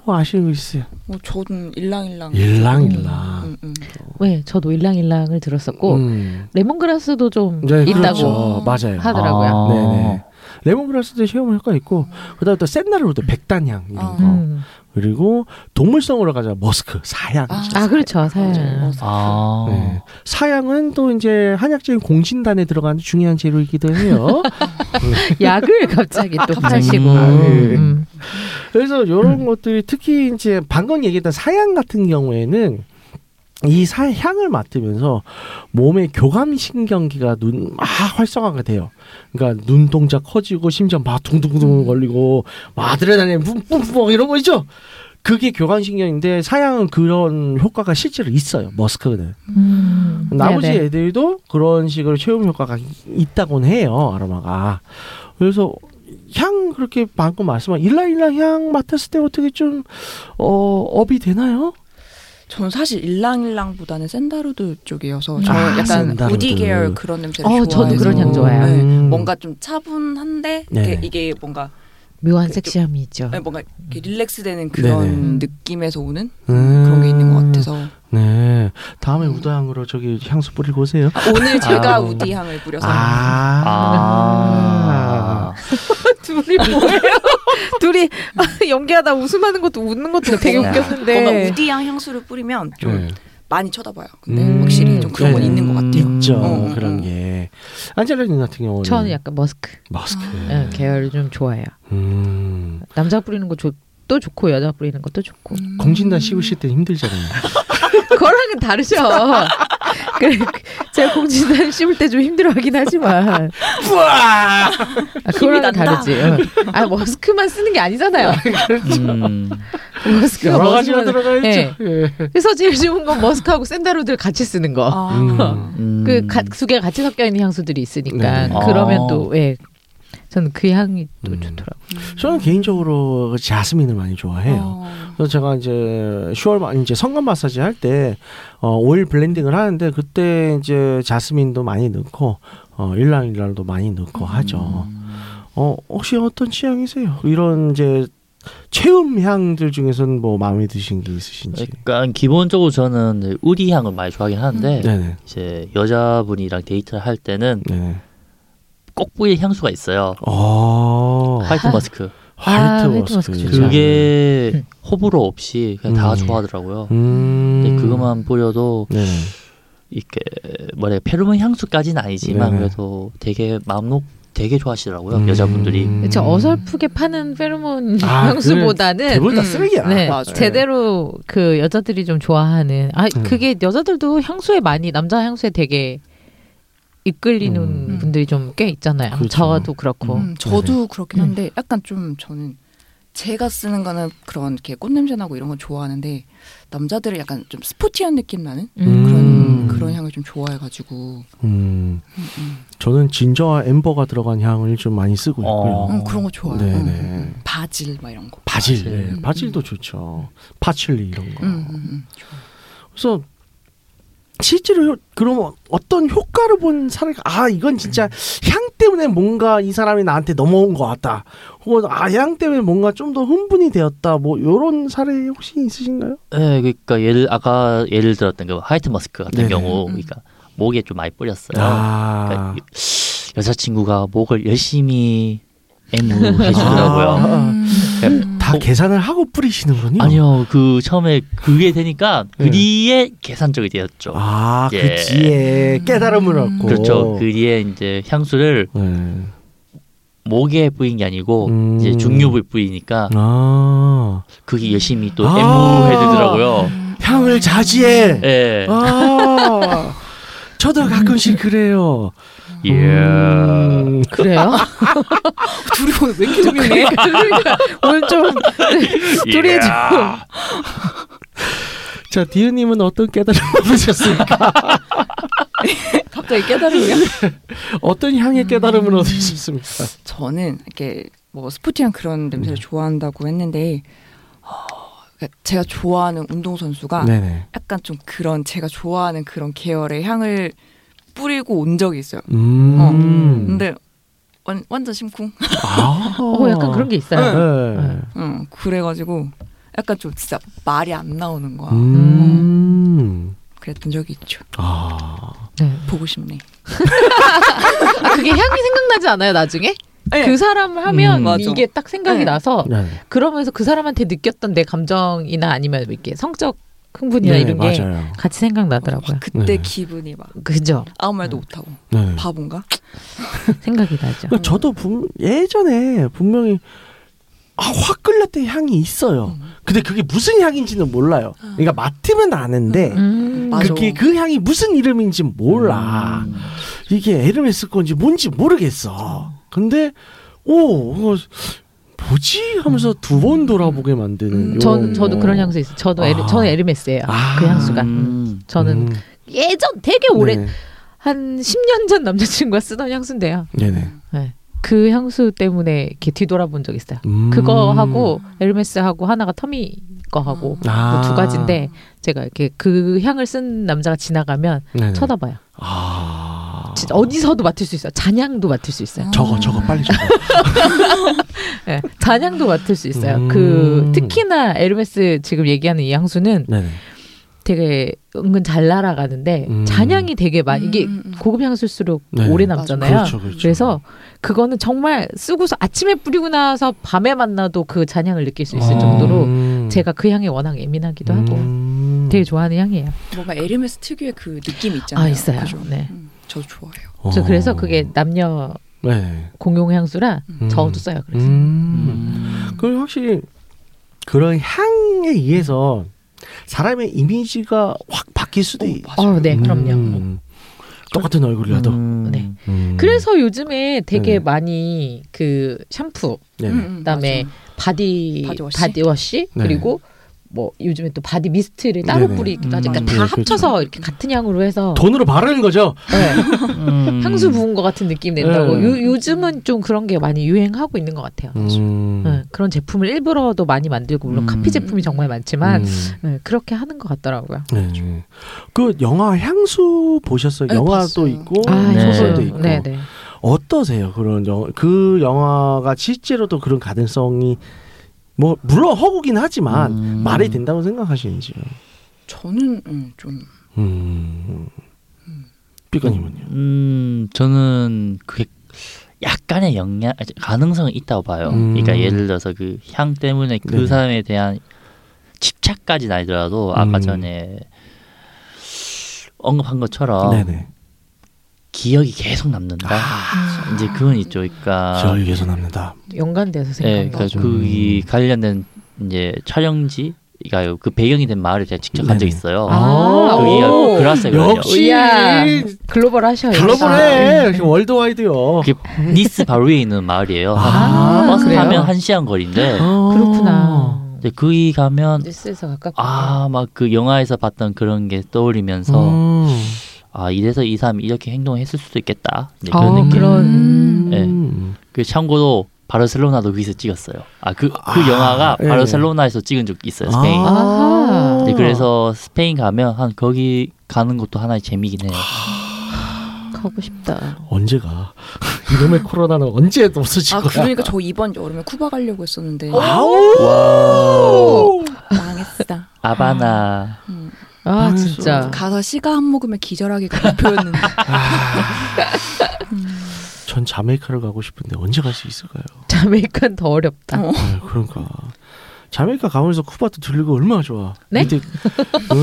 D: 뭐 아시는 거 있어요?
E: 뭐 저는 일랑일랑.
D: 일랑일랑.
E: 음, 음.
A: 왜 네, 저도 일랑일랑을 들었었고
D: 음.
A: 레몬그라스도 좀
D: 네,
A: 있다고
D: 그렇죠. 맞아요.
A: 하더라고요.
G: 아.
D: 네네. 레몬그라스도 효용 효과 있고 그다음에 또 샌나르우드 백단향 이런
E: 아.
D: 거
A: 음.
D: 그리고 동물성으로 가자 머스크 사향
E: 아.
A: 아 그렇죠. 사연.
E: 맞아요.
G: 아.
D: 네. 사양은 또 이제 한약적인 공신단에 들어가는 중요한 재료이기도 해요.
A: 약을 갑자기 또 파시고.
D: 음.
A: 음.
D: 그래서 이런 것들이 특히 이제 방금 얘기했던 사양 같은 경우에는 이 사향을 맡으면서 몸의 교감신경기가 눈 막 활성화가 돼요. 그러니까 눈동자 커지고 심지어 막 둥둥둥 걸리고 막 아드레날린 뿜뿜뿜 이런 거 있죠. 그게 교감신경인데 사양은 그런 효과가 실제로 있어요. 머스크는.
A: 음.
D: 나머지
A: 네, 네.
D: 애들도 그런 식으로 체험 효과가 있다곤 해요 아로마가 그래서 향 그렇게 방금 말씀한 일랑일랑 향 맡았을 때 어떻게 좀 어, 업이 되나요?
E: 저는 사실 일랑일랑보다는 샌다루드 쪽이어서 저
D: 아,
E: 약간
D: 샌다루드.
E: 우디 계열 그런 냄새를
A: 어,
E: 좋아해서.
A: 저도 그런 향 좋아해요.
E: 네,
D: 음.
E: 뭔가 좀 차분한데
D: 네.
E: 이게- 이게 뭔가
A: 묘한 섹시함이 있죠.
E: 아니, 뭔가 이렇게 릴렉스되는 그런
A: 네네.
E: 느낌에서 오는
D: 음.
E: 그런 게 있는 것 같아서
D: 네 다음에 우도향으로 저기 향수 뿌리고 오세요
E: 아, 오늘 제가
G: 아.
E: 우디 향을 뿌려서
G: 아.
A: 둘이 뭐예요? 둘이 연기하다 웃음하는 것도 웃는 것도 되게
E: 뭔가
A: 웃겼는데.
E: 우디 향 향수를 뿌리면 좀
D: 네.
E: 많이 쳐다봐요. 근데
D: 음.
E: 확실히 좀 그런 건
D: 네.
E: 있는 것 같아요.
D: 있죠
E: 음, 음,
D: 그런
E: 음.
D: 게 안젤라님 같은 경우는
A: 저는 약간 머스크
D: 마스크
E: 아, 네,
A: 예, 계열을 좀 좋아해요.
D: 음.
A: 남자 뿌리는 것도 좋고 여자 뿌리는 것도 좋고.
D: 공진단 씹으실 때 힘들잖아요
A: 그거랑은 다르죠. 그래, 제가 공진단 씹을 때 좀 힘들어하긴 하지만. 아, 그거랑은 다르지. 어. 아 머스크만 쓰는 게 아니잖아요.
G: 음.
A: 머스크가
D: 여러 가지가
A: 머스크만-
D: 들어가 있죠
A: 네.
D: 예.
A: 그래서 제일 좋은 건 머스크하고 샌다루드를 같이 쓰는 거.
E: 아,
D: 음.
G: 음.
A: 그두 개 같이 섞여 있는 향수들이 있으니까
D: 네.
G: 아.
A: 그러면 또 예. 저는 그 향이 또
D: 음.
A: 좋더라고요.
D: 저는 개인적으로 그 자스민을 많이 좋아해요.
E: 어.
D: 그래서 제가 이제 10월 말 이제 성관 마사지 할 때 어, 오일 블렌딩을 하는데 그때 이제 자스민도 많이 넣고 어, 일랑일랑도 많이 넣고 하죠. 어, 혹시 어떤 취향이세요? 이런 이제 체험 향들 중에서는 뭐 마음에 드신 게 있으신지?
G: 약간 기본적으로 저는 이제 우디 향을 많이 좋아하긴 하는데
D: 네네.
G: 이제 여자분이랑 데이트를 할 때는
D: 네네.
G: 꼭 뿌릴 향수가 있어요.
D: 어,
G: 화이트 머스크.
A: 아,
D: 화이트
A: 화이트
D: 머스크.
A: 머스크 좋죠.
G: 그게 호불호 없이 그냥 다
D: 네. 음.
G: 좋아하더라고요.
D: 음.
G: 근데 네, 그것만 뿌려도
D: 네네.
G: 이렇게 뭐래 페르몬 향수까지는 아니지만
D: 네네.
G: 그래도 되게 마음 놓 되게 좋아하시더라고요
D: 음.
G: 여자분들이.
A: 저 어설프게 파는 페르몬
D: 아,
A: 향수보다는
D: 대부분 다
E: 음.
D: 쓰레기야.
A: 네,
E: 맞아요.
A: 제대로 그 여자들이 좀 좋아하는 아
D: 음.
A: 그게 여자들도 향수에 많이 남자 향수에 되게 이끌리는
D: 음.
A: 분들이 좀 꽤 있잖아요.
D: 그렇죠.
A: 저도 그렇고
E: 음,
D: 네.
E: 저도 그렇긴 한데 약간 좀 저는 제가 쓰는 거는 그런 이렇게 꽃냄새 나고 이런 건 좋아하는데 남자들은 약간 좀 스포티한 느낌 나는
A: 음.
D: 음.
E: 그런 그런 향을 좀 좋아해가지고
D: 음, 저는 진저와 엠버가 들어간 향을 좀 많이 쓰고
G: 어.
D: 있고요.
E: 음, 그런 거 좋아요. 음.
D: 네네.
E: 바질 막 이런 거.
D: 바질,
G: 바질.
D: 네, 바질도 좋죠. 파칠리 이런 거.
E: 음, 음, 음. 좋아요.
D: 그래서 실제로 그럼 어떤 효과를 본 사람이 아 이건 진짜 향 때문에 뭔가 이 사람이 나한테 넘어온 것 같다. 혹은 아향 때문에 뭔가 좀 더 흥분이 되었다. 뭐 이런 사례 혹시 있으신가요?
G: 네, 그러니까 예를 아까 예를 들었던 그 화이트 머스크 같은
D: 네네.
G: 경우,
E: 음.
G: 그러니까 목에 좀 많이 뿌렸어요.
D: 아,
G: 그러니까 여- 여자친구가 목을 열심히 애무해주더라고요.
E: 음.
D: 아,
G: 그러니까
D: 다 계산을 하고 뿌리시는군요.
G: 아니요, 그 처음에 그게 되니까
D: 네.
G: 그 뒤에 계산적이 되었죠.
D: 아, 그
G: 예.
D: 뒤에 깨달음을 얻고.
G: 그렇죠. 그 뒤에 이제 향수를
D: 네.
G: 목에 뿌린 게 아니고
D: 음.
G: 이제 중류부에 뿌리니까
D: 아
G: 그게 열심히 또
D: 아.
G: 애무해주더라고요.
D: 향을 자지해.
G: 예.
D: 아 저도 가끔씩 그래요.
G: 예.
D: 음,
A: 그래요?
E: 둘이 오늘 왜 이렇게 재밌네?
A: 그러니까 오늘 좀 둘이
G: 예.
A: 좀
D: 자 디은님은 어떤 깨달음을 얻으셨습니까?
E: 갑자기 깨달음이야.
D: 어떤 향의 깨달음을 얻으셨습니까?
E: 저는 이렇게 뭐 스포티한 그런
D: 네.
E: 냄새를 좋아한다고 했는데 어, 그러니까 제가 좋아하는 운동 선수가
D: 네네.
E: 약간 좀 그런 제가 좋아하는 그런 계열의 향을 뿌리고 온 적이 있어요.
D: 음.
E: 근데 완, 완전 심쿵.
D: 아.
A: 어, 약간 그런 어, 게 있어요.
D: 네.
A: 네.
E: 응, 그래가지고 약간 좀 진짜 말이 안 나오는
A: 아.
E: 거야.
D: 음.
E: 그랬던 적이 있죠.
D: 아.
A: 네.
E: 보고 싶네.
A: 아, 그게 향이 생각나지 않아요 나중에?
E: 네.
A: 그 사람 하면
D: 음,
E: 맞아.
A: 이게 딱 생각이
E: 네.
A: 나서
D: 네.
A: 그러면서 그 사람한테 느꼈던 내 감정이나 아니면 뭐 이렇게 성적 흥분이나
D: 네,
A: 이런 게
D: 맞아요.
A: 같이 생각나더라고요.
E: 그때
D: 네.
E: 기분이 막
A: 그죠?
E: 아무 말도 못 하고
D: 네.
E: 바본가?
A: 생각이 나죠.
D: 그러니까 저도 분, 예전에 분명히 아, 확 끌렸던 향이 있어요.
A: 음.
D: 근데 그게 무슨 향인지는 몰라요. 그러니까 맡으면 아는데
A: 아. 음.
E: 맞아.
D: 그게 그 향이 무슨 이름인지 몰라. 이게 에르메스 건지 뭔지 모르겠어. 근데 오, 이거 뭐지 하면서 두 번 돌아보게 만드는. 요-
A: 음, 저는 저도 그런 향수 있어요. 저도 에르,
D: 아.
A: 저는 에르메스예요.
D: 아.
A: 그 향수가. 음.
G: 음.
A: 저는
D: 음,
A: 예전 되게 오래
D: 네.
A: 한 10년 전 남자친구가 쓰던 향수인데요.
D: 네네.
A: 네. 그 향수 때문에 이렇게 뒤돌아본 적 있어요.
D: 음.
A: 그거 하고 에르메스하고 하나가 터미 거 하고 뭐
D: 아.
A: 두 가지인데 제가 이렇게 그 향을 쓴 남자가 지나가면
D: 네네.
A: 쳐다봐요.
D: 아.
A: 진짜 어디서도 맡을 수 있어요. 잔향도 맡을 수 있어요.
D: 저거 저거 빨리 저거.
A: 예, 잔향도 맡을 수 있어요.
D: 네. 음.
A: 그 특히나 에르메스 지금 얘기하는 이 향수는
D: 네네.
A: 되게 은근 잘 날아가는데
D: 음.
A: 잔향이 되게 많이 이게
E: 음, 음, 음.
A: 고급 향수일수록
D: 네.
A: 오래 남잖아요.
D: 그렇죠, 그렇죠.
A: 래서 그거는 정말 쓰고서 아침에 뿌리고 나서 밤에 만나도 그 잔향을 느낄 수 있을
D: 아.
A: 정도로
D: 음.
A: 제가 그 향에 워낙 예민하기도 하고
D: 음.
A: 되게 좋아하는 향이에요.
E: 뭔가 에르메스 특유의 그 느낌 있잖아요.
A: 아, 있어요.
E: 그죠?
A: 네.
E: 음, 저 좋아해요.
A: 저
D: 어.
A: 그래서 그게 남녀
D: 네.
A: 공용 향수라
D: 음.
A: 저도 써요. 그래서
D: 음. 그 확실히 그런 향에 의해서 사람의 이미지가 확 바뀔 수도 있.
A: 어, 네, 그럼요.
D: 음. 똑같은 얼굴이라도.
G: 음.
A: 네.
D: 음.
A: 그래서 요즘에 되게
D: 네네.
A: 많이 그 샴푸,
D: 네.
E: 음, 음,
A: 그다음에
E: 맞아.
A: 바디
E: 바디워시?
A: 바디워시
D: 네.
A: 그리고 뭐 요즘에 또 바디 미스트를 따로
D: 네네. 그렇죠.
A: 뿌리기도 하니까
E: 음,
A: 다
D: 맞아요.
A: 합쳐서 이렇게 같은 향으로 해서
D: 돈으로 바르는 거죠.
A: 네,
G: 음.
A: 향수 부은 것 같은 느낌 낸다고
D: 네.
A: 요, 요즘은 좀 그런 게 많이 유행하고 있는 것 같아요.
D: 음.
A: 네, 그런 제품을 일부러도 많이 만들고 물론
G: 음.
A: 카피 제품이 정말 많지만 그렇죠.
D: 음.
A: 네, 그렇게 하는 것 같더라고요.
D: 네. 그 영화 향수 보셨어요?
E: 네,
D: 영화도
E: 봤어요.
D: 있고
A: 아,
G: 네.
D: 소설도
A: 요즘,
D: 있고
A: 네네.
D: 어떠세요? 그런 영화, 그 영화가 실제로도 그런 가능성이 뭐 물론 허구긴 하지만
G: 음.
D: 말이 된다고 생각하시는지요?
E: 저는 음, 좀
D: 음. 삐까님은요?
G: 음, 저는 그게 약간의 영향 아니, 가능성은 있다고 봐요.
D: 음.
G: 그러니까 예를 들어서 그 향 때문에 그
D: 네네.
G: 사람에 대한 집착까지는 아니더라도 아까
D: 음.
G: 전에 언급한 것처럼
D: 네네. 아.
G: 기억이 계속 남는다. 이제 그건 있죠. 그러니까
D: 기억이 계속 남는다.
A: 연관돼서
G: 예,
A: 생각나는
G: 그러니까
D: 거죠.
G: 그이 관련된 이제 촬영지가 그 배경이 된 마을을 제가 직접 간 적
D: 네네.
G: 있어요.
A: 아,
G: 거기
A: 오.
G: 그라스거든요.
D: 역시
A: 어, 이야, 글로벌
G: 아.
A: 하셔요.
D: 글로벌해 이렇게 월드와이드요.
G: 그게 니스 바로 위에 있는 마을이에요.
D: 아,
G: 버스
A: 그래요?
G: 타면 한 시간 거리인데
A: 아, 그렇구나.
G: 이제 그이 가면
A: 뉴스에서 가깝고.
G: 어. 아 막 그 영화에서 봤던 그런 게 떠올리면서
D: 음.
G: 아 이래서 이 사람 이렇게 행동했을 수도 있겠다 이제
A: 아,
G: 네, 그런 느낌.
A: 그런
D: 음.
G: 그 참고로 바르셀로나도 거기서 찍었어요. 아 그 그 영화가
D: 예.
G: 바르셀로나에서 찍은 적도 있어요. 스페인.
D: 아.
A: 아하.
G: 네, 그래서 스페인 가면 한 거기 가는 것도 하나의 재미긴 해요.
A: 가고 싶다.
D: 언제 가? 이놈의 코로나는 언제 없어질
E: 아
D: 거야?
E: 그러니까 저 이번 여름에 쿠바 가려고 했었는데
D: 어? 아우.
E: 망했어.
G: 아바나.
A: 아
D: 방에서
A: 진짜.
E: 가서 씨가 한 모금에 기절하기가 목표였는데
D: 전 자메이카를 가고 싶은데 언제 갈 수 있을까요?
A: 자메이칸 더 어렵다.
E: 어.
D: 아, 그러니까 자메이카 가면서 쿠바도 들리고 얼마나 좋아.
A: 네?
D: 이때, 어,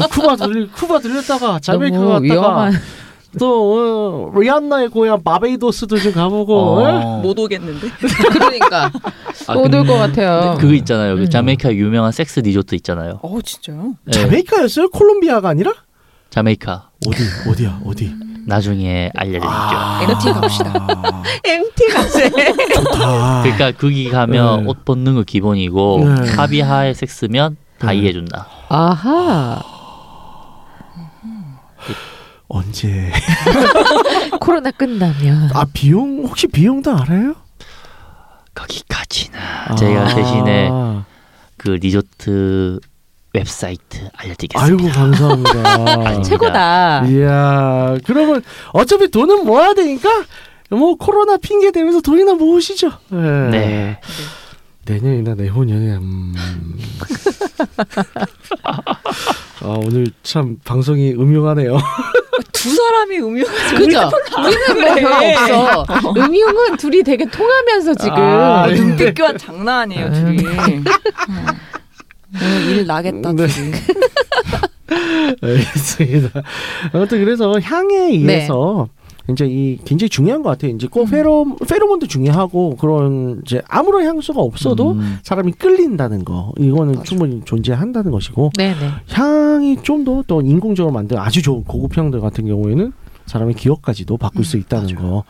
D: 쿠바 들리 쿠바 들렸다가 자메이카
A: 너무
D: 갔다가
A: 위험한.
D: 또 어, 리안나의 고향 바베이도스도 좀 가보고. 어?
E: 못 오겠는데.
A: 그러니까
G: 아,
A: 못 올 것
G: 근데
A: 같아요.
G: 그거 있잖아요. 그
A: 음.
G: 자메이카 유명한 섹스 리조트 있잖아요.
E: 어 진짜요?
G: 네,
D: 자메이카였어요? 콜롬비아가 아니라?
G: 예, 자메이카.
D: 어디 어디야 어디?
G: 나중에 알려드릴게요.
D: 아.
G: 아.
E: MT 갑시다.
A: MT 가세.
D: 좋다.
G: 그러니까 거기 가면
D: 아. 네.
G: 옷 벗는 거 기본이고
D: 네.
G: 카비하의 섹스면 다
D: 네.
G: 이해해준다.
A: 아하.
D: 언제?
A: 코로나 끝나면.
D: 아 비용 혹시 비용도 알아요?
G: 거기까지는
D: 아.
G: 제가 대신에 그 리조트 웹사이트 알려드리겠습니다.
D: 아이고 감사합니다. 예.
G: 아니,
A: 최고다.
D: 이야 그러면 어차피 돈은 모아야 되니까 뭐 코로나 핑계 대면서 돈이나 모으시죠. 예.
G: 네.
D: 내년이나 내후년에 음... 아, 오늘 참 방송이 음흉하네요.
E: 두 사람이 음흉한
A: 그죠? 우리는 뭐
E: 네.
A: 별로 없어. 음흉은 둘이 되게 통하면서 지금.
D: 아, 네.
E: 눈빛 교환 장난 아니에요 둘이. 음.
A: 네.
E: 오늘 일 나겠다
D: 네.
E: 둘이.
D: 알겠습니다. 아무튼 그래서 향에 의해서
G: 네.
D: 이제 이 굉장히 중요한 것 같아요. 이제 꼭 페로
G: 음.
D: 페로몬도 중요하고 그런 이제 아무런 향수가 없어도
G: 음.
D: 사람이 끌린다는 거 이거는 충분히 존재한다는 것이고
A: 네네.
D: 향이 좀 더 또 인공적으로 만든 아주 좋은 고급 향들 같은 경우에는 사람의 기억까지도 바꿀
A: 음,
D: 수 있다는 거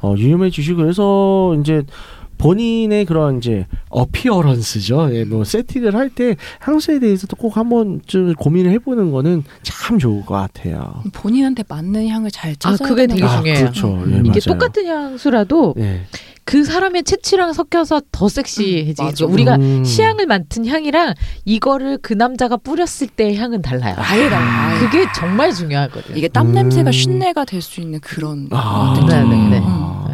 D: 어, 유념해주시고 그래서 이제 본인의 그런 이제 어피어런스죠. 예, 뭐 세팅을 할 때 향수에 대해서도 꼭 한번 좀 고민을 해보는 거는 참 좋을 것 같아요.
E: 본인한테 맞는 향을 잘
A: 아,
E: 찾아야
A: 그게
E: 되는
A: 되게
E: 것
D: 아
A: 중요해요.
E: 같아요.
D: 그렇죠. 예,
G: 이게
D: 맞아요.
A: 이게 똑같은 향수라도
D: 예.
A: 그 사람의 채취랑 섞여서 더 섹시해지죠.
E: 음, 맞아.
A: 우리가
D: 음.
A: 시향을 맡은 향이랑 이거를 그 남자가 뿌렸을 때의 향은 달라요.
E: 아예 달라. 아예.
A: 그게 정말 중요하거든요.
E: 이게 땀
D: 음.
E: 냄새가 쉰내가 될 수 있는 그런
D: 아,
E: 것들.
A: 네, 네, 네.
E: 음.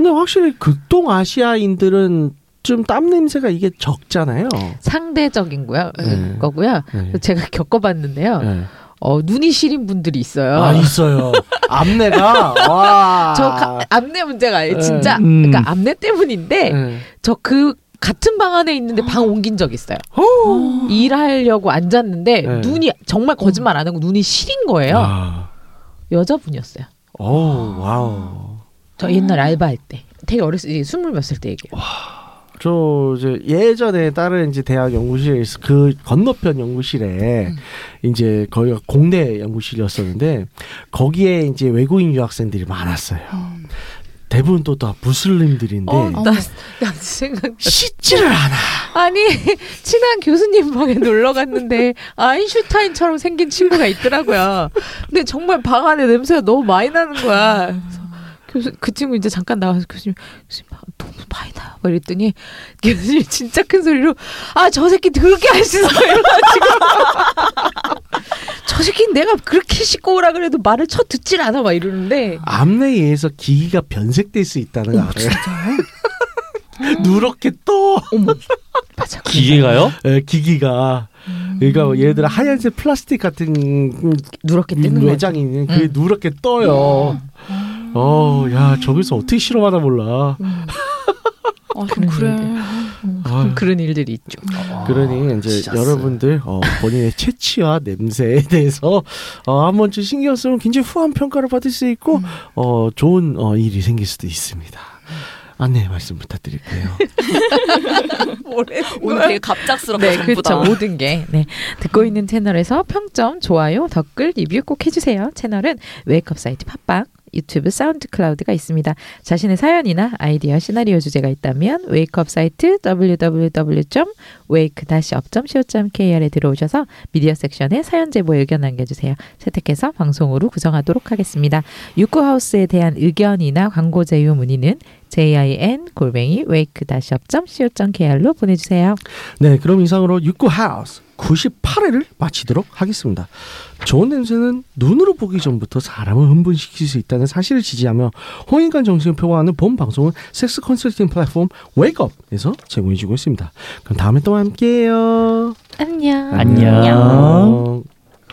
D: 근데 확실히 극동 아시아인들은 좀 땀 냄새가 이게 적잖아요.
A: 상대적인 거요,
D: 네.
A: 거고요.
D: 예.
A: 제가 겪어봤는데요.
D: 예.
A: 어, 눈이 시린 분들이 있어요.
D: 아 있어요. 앞내가 와.
A: 저 가- 암내 문제가 아니에요. 진짜.
D: 음.
A: 그러니까 암내 때문인데
D: 예.
A: 저 그 같은 방 안에 있는데 방 옮긴 적 있어요.
D: 호.
A: 일하려고 앉았는데
D: 네.
A: 눈이 정말 거짓말 안 하고 눈이 시린 거예요.
D: 아.
A: 여자분이었어요.
D: 오 와우.
A: 저 옛날
E: 아.
A: 알바할 때 되게 어렸을 때 스물 몇 살 때 얘기예요.
D: 저 이제 예전에 다른 이제 대학 연구실에 있- 그 건너편 연구실에
A: 음.
D: 이제 거기가 공대 연구실이었었는데 거기에 이제 외국인 유학생들이 많았어요. 대부분 또 다 무슬림들인데
A: 음.
G: 네.
A: 어나 나 생각
D: 씻지를 않아.
A: 아니 친한 교수님 방에 놀러 갔는데 아인슈타인처럼 생긴 친구가 있더라고요. 근데 정말 방 안에 냄새가 너무 많이 나는 거야. 그래서 교수 그 친구 이제 잠깐 나가서 교수님 교수님 방 너무 많이 나요. 막 이랬더니 교수님 진짜 큰 소리로 아 저 새끼 더럽게 안 씻어 이러가지고 저 새끼 내가 그렇게 씻고 오라 그래도 말을 쳐 듣질 않아 어, 막 이러는데
D: 암내에 의해서 기기가 변색될 수 있다는 거 알아요?
A: 어.
D: 누렇게 떠.
A: 맞아 그런
G: 기계가요?
D: 예, 기기가
A: 음.
D: 그러니까 예를 들어 하얀색 플라스틱 같은
A: 거. 누렇게
G: 음,
A: 뜨는 거죠. 음.
D: 외장이 있는 그게 누렇게 떠요. 어, 야 저기서 어떻게 실험하나 몰라.
A: 음.
E: 아,
A: 그런
E: 좀 그래.
D: 아유,
A: 그런 일들이 있죠.
G: 음.
C: 아,
D: 그러니 이제
G: 지쳤어요.
D: 여러분들 어, 본인의 채취와 냄새에 대해서 어, 한 번쯤 신경 쓰면 굉장히 후한 평가를 받을 수 있고
A: 음.
D: 어, 좋은 어, 일이 생길 수도 있습니다. 안내 말씀 부탁드릴게요.
E: 오늘 되게 갑작스럽다
A: 네,
E: 전부 다.
A: 그렇죠. 모든 게. 네. 듣고 있는 채널에서 평점, 좋아요, 댓글, 리뷰 꼭 해주세요. 채널은 웨이크업 사이트 팟빵, 유튜브 사운드 클라우드가 있습니다. 자신의 사연이나 아이디어, 시나리오 주제가 있다면 웨이크업 사이트 www.wake-up.co.kr에 들어오셔서 미디어 섹션에 사연 제보 의견 남겨주세요. 채택해서 방송으로 구성하도록 하겠습니다. 유쿠하우스에 대한 의견이나 광고 제휴 문의는 jin 골뱅이 wake-up.co.kr로 보내주세요.
D: 네, 그럼 이상으로 육구 하우스 98회를 마치도록 하겠습니다. 좋은 냄새는 눈으로 보기 전부터 사람을 흥분시킬 수 있다는 사실을 지지하며 홍인간 정신을 표방하는 본 방송은 섹스 컨설팅 플랫폼 웨이크업에서 제공해주고 있습니다. 그럼 다음에 또 함께해요.
A: 안녕.
G: 안녕.
D: 안녕.